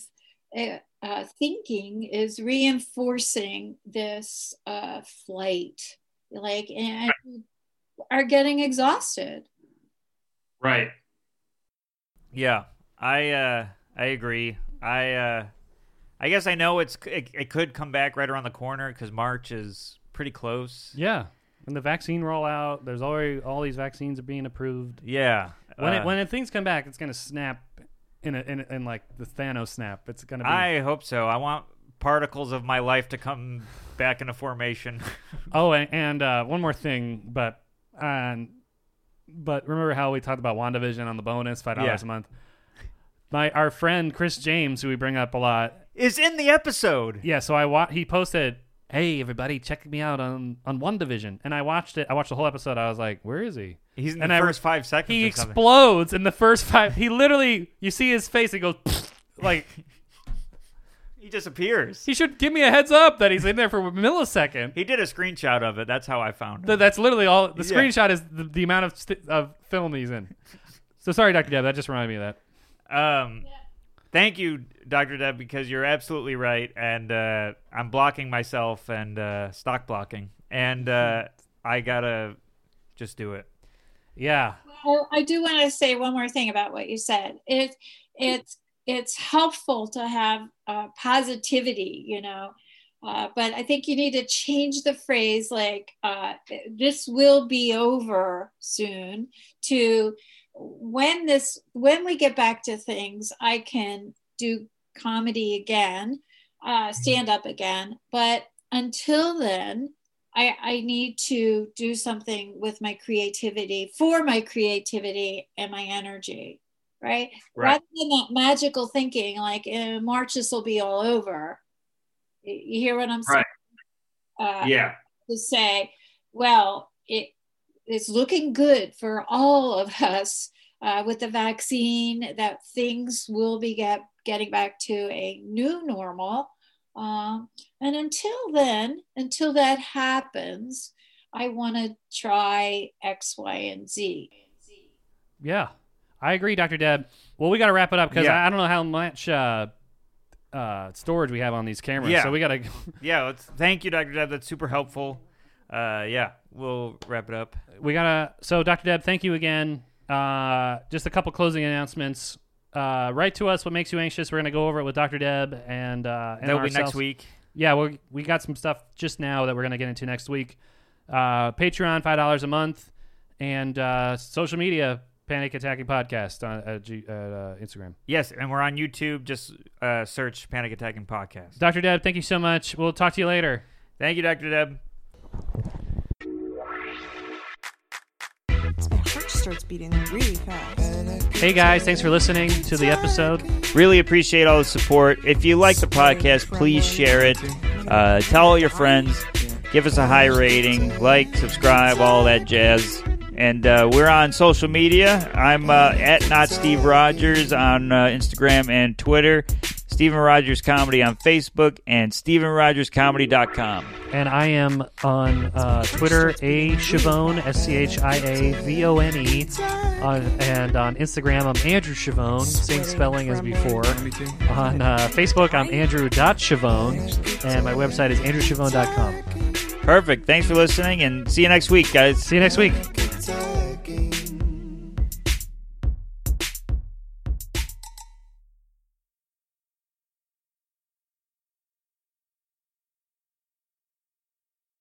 E: uh, uh, thinking is reinforcing this uh, flight, like, and you are getting exhausted.
F: Right.
B: Yeah, I uh, I agree. I uh, I guess I know it's it, it could come back right around the corner because March is pretty close.
G: Yeah. And the vaccine rollout, there's already all these vaccines are being approved.
B: Yeah,
G: When
B: uh,
G: it, when it, things come back, it's gonna snap in a, in, a, in like the Thanos snap. It's gonna be
B: I hope so. I want particles of my life to come back into formation.
G: Oh, and, and uh, one more thing, but um, but remember how we talked about Wandavision on the bonus five dollars
B: Yeah.
G: a month. My our friend Chris James, who we bring up a lot,
B: is in the episode.
G: yeah. So I wa- he posted hey everybody, check me out on on One Division, and I watched it. I watched the whole episode. I was like, where is he?
B: He's in
G: And
B: the
G: I re-
B: first five seconds.
G: He
B: or something.
G: explodes in the first five. He literally, you see his face. He goes like
B: he disappears.
G: he should give me a heads up that he's in there for a millisecond.
B: He did a screenshot of it. That's how I found
G: Th-
B: it.
G: that's literally all. The
B: Yeah.
G: screenshot is the, the amount of st- of film he's in. So sorry, Doctor Deb. That just reminded me of that.
B: Um, thank you, Doctor Deb, because you're absolutely right, and uh, I'm blocking myself and uh, stock blocking, and uh, I gotta just do it.
G: Yeah,
E: Oh, I do want to say one more thing about what you said. It, it's it's helpful to have uh, positivity, you know, uh, but I think you need to change the phrase like uh, "this will be over soon" to "when this when we get back to things, I can do comedy again, uh, stand up again." But until then, I, I need to do something with my creativity for my creativity and my energy, right?
A: Right.
E: Rather than that magical thinking, like in March, this will be all over. Y- You hear what I'm saying? Uh,
A: yeah,
E: To say, well, it, it's looking good for all of us uh, with the vaccine that things will be get, getting back to a new normal. Um, and until then, until that happens, I want to try X, Y, and Z.
G: yeah, I agree, Doctor Deb. Well, we got to wrap it up because
B: Yeah.
G: I, I don't know how much uh, uh, storage we have on these cameras.
B: Yeah.
G: So we got to.
B: Yeah, let's, thank you, Doctor Deb. That's super helpful. Uh, yeah, we'll wrap it up.
G: we gotta so dr deb thank you again uh, just a couple closing announcements uh, write to us what makes you anxious we're gonna go over it with dr deb and uh and
B: That'll be next
G: ourselves.
B: week.
G: yeah we we got some stuff just now that we're gonna get into next week uh, patreon five dollars a month and uh, social media panic attacking podcast on uh, G, uh, uh, instagram
B: Yes, and we're on YouTube. Just uh, search Panic Attacking Podcast.
G: dr deb thank you so much we'll talk to you later
B: Thank you, Doctor Deb.
C: My heart starts beating really fast.
G: hey guys thanks for listening to the episode
B: Really appreciate all the support. If you like the podcast, please share it. Uh, tell all your friends. Give us a high rating, like, subscribe, all that jazz. And uh, we're on social media. I'm uh, at not Steve Rogers on uh, Instagram and Twitter. Steven Rogers Comedy on Facebook and StevenRogersComedy.com.
G: and I am on uh, Twitter a Chavone S C H I A V O N E, on and on Instagram I'm Andrew Chavone, same spelling as before. On uh, Facebook I'm Andrew dot Chavone, and my website is andrewchavone.com.
B: Perfect. Thanks for listening and see you next week, guys.
G: See you next week.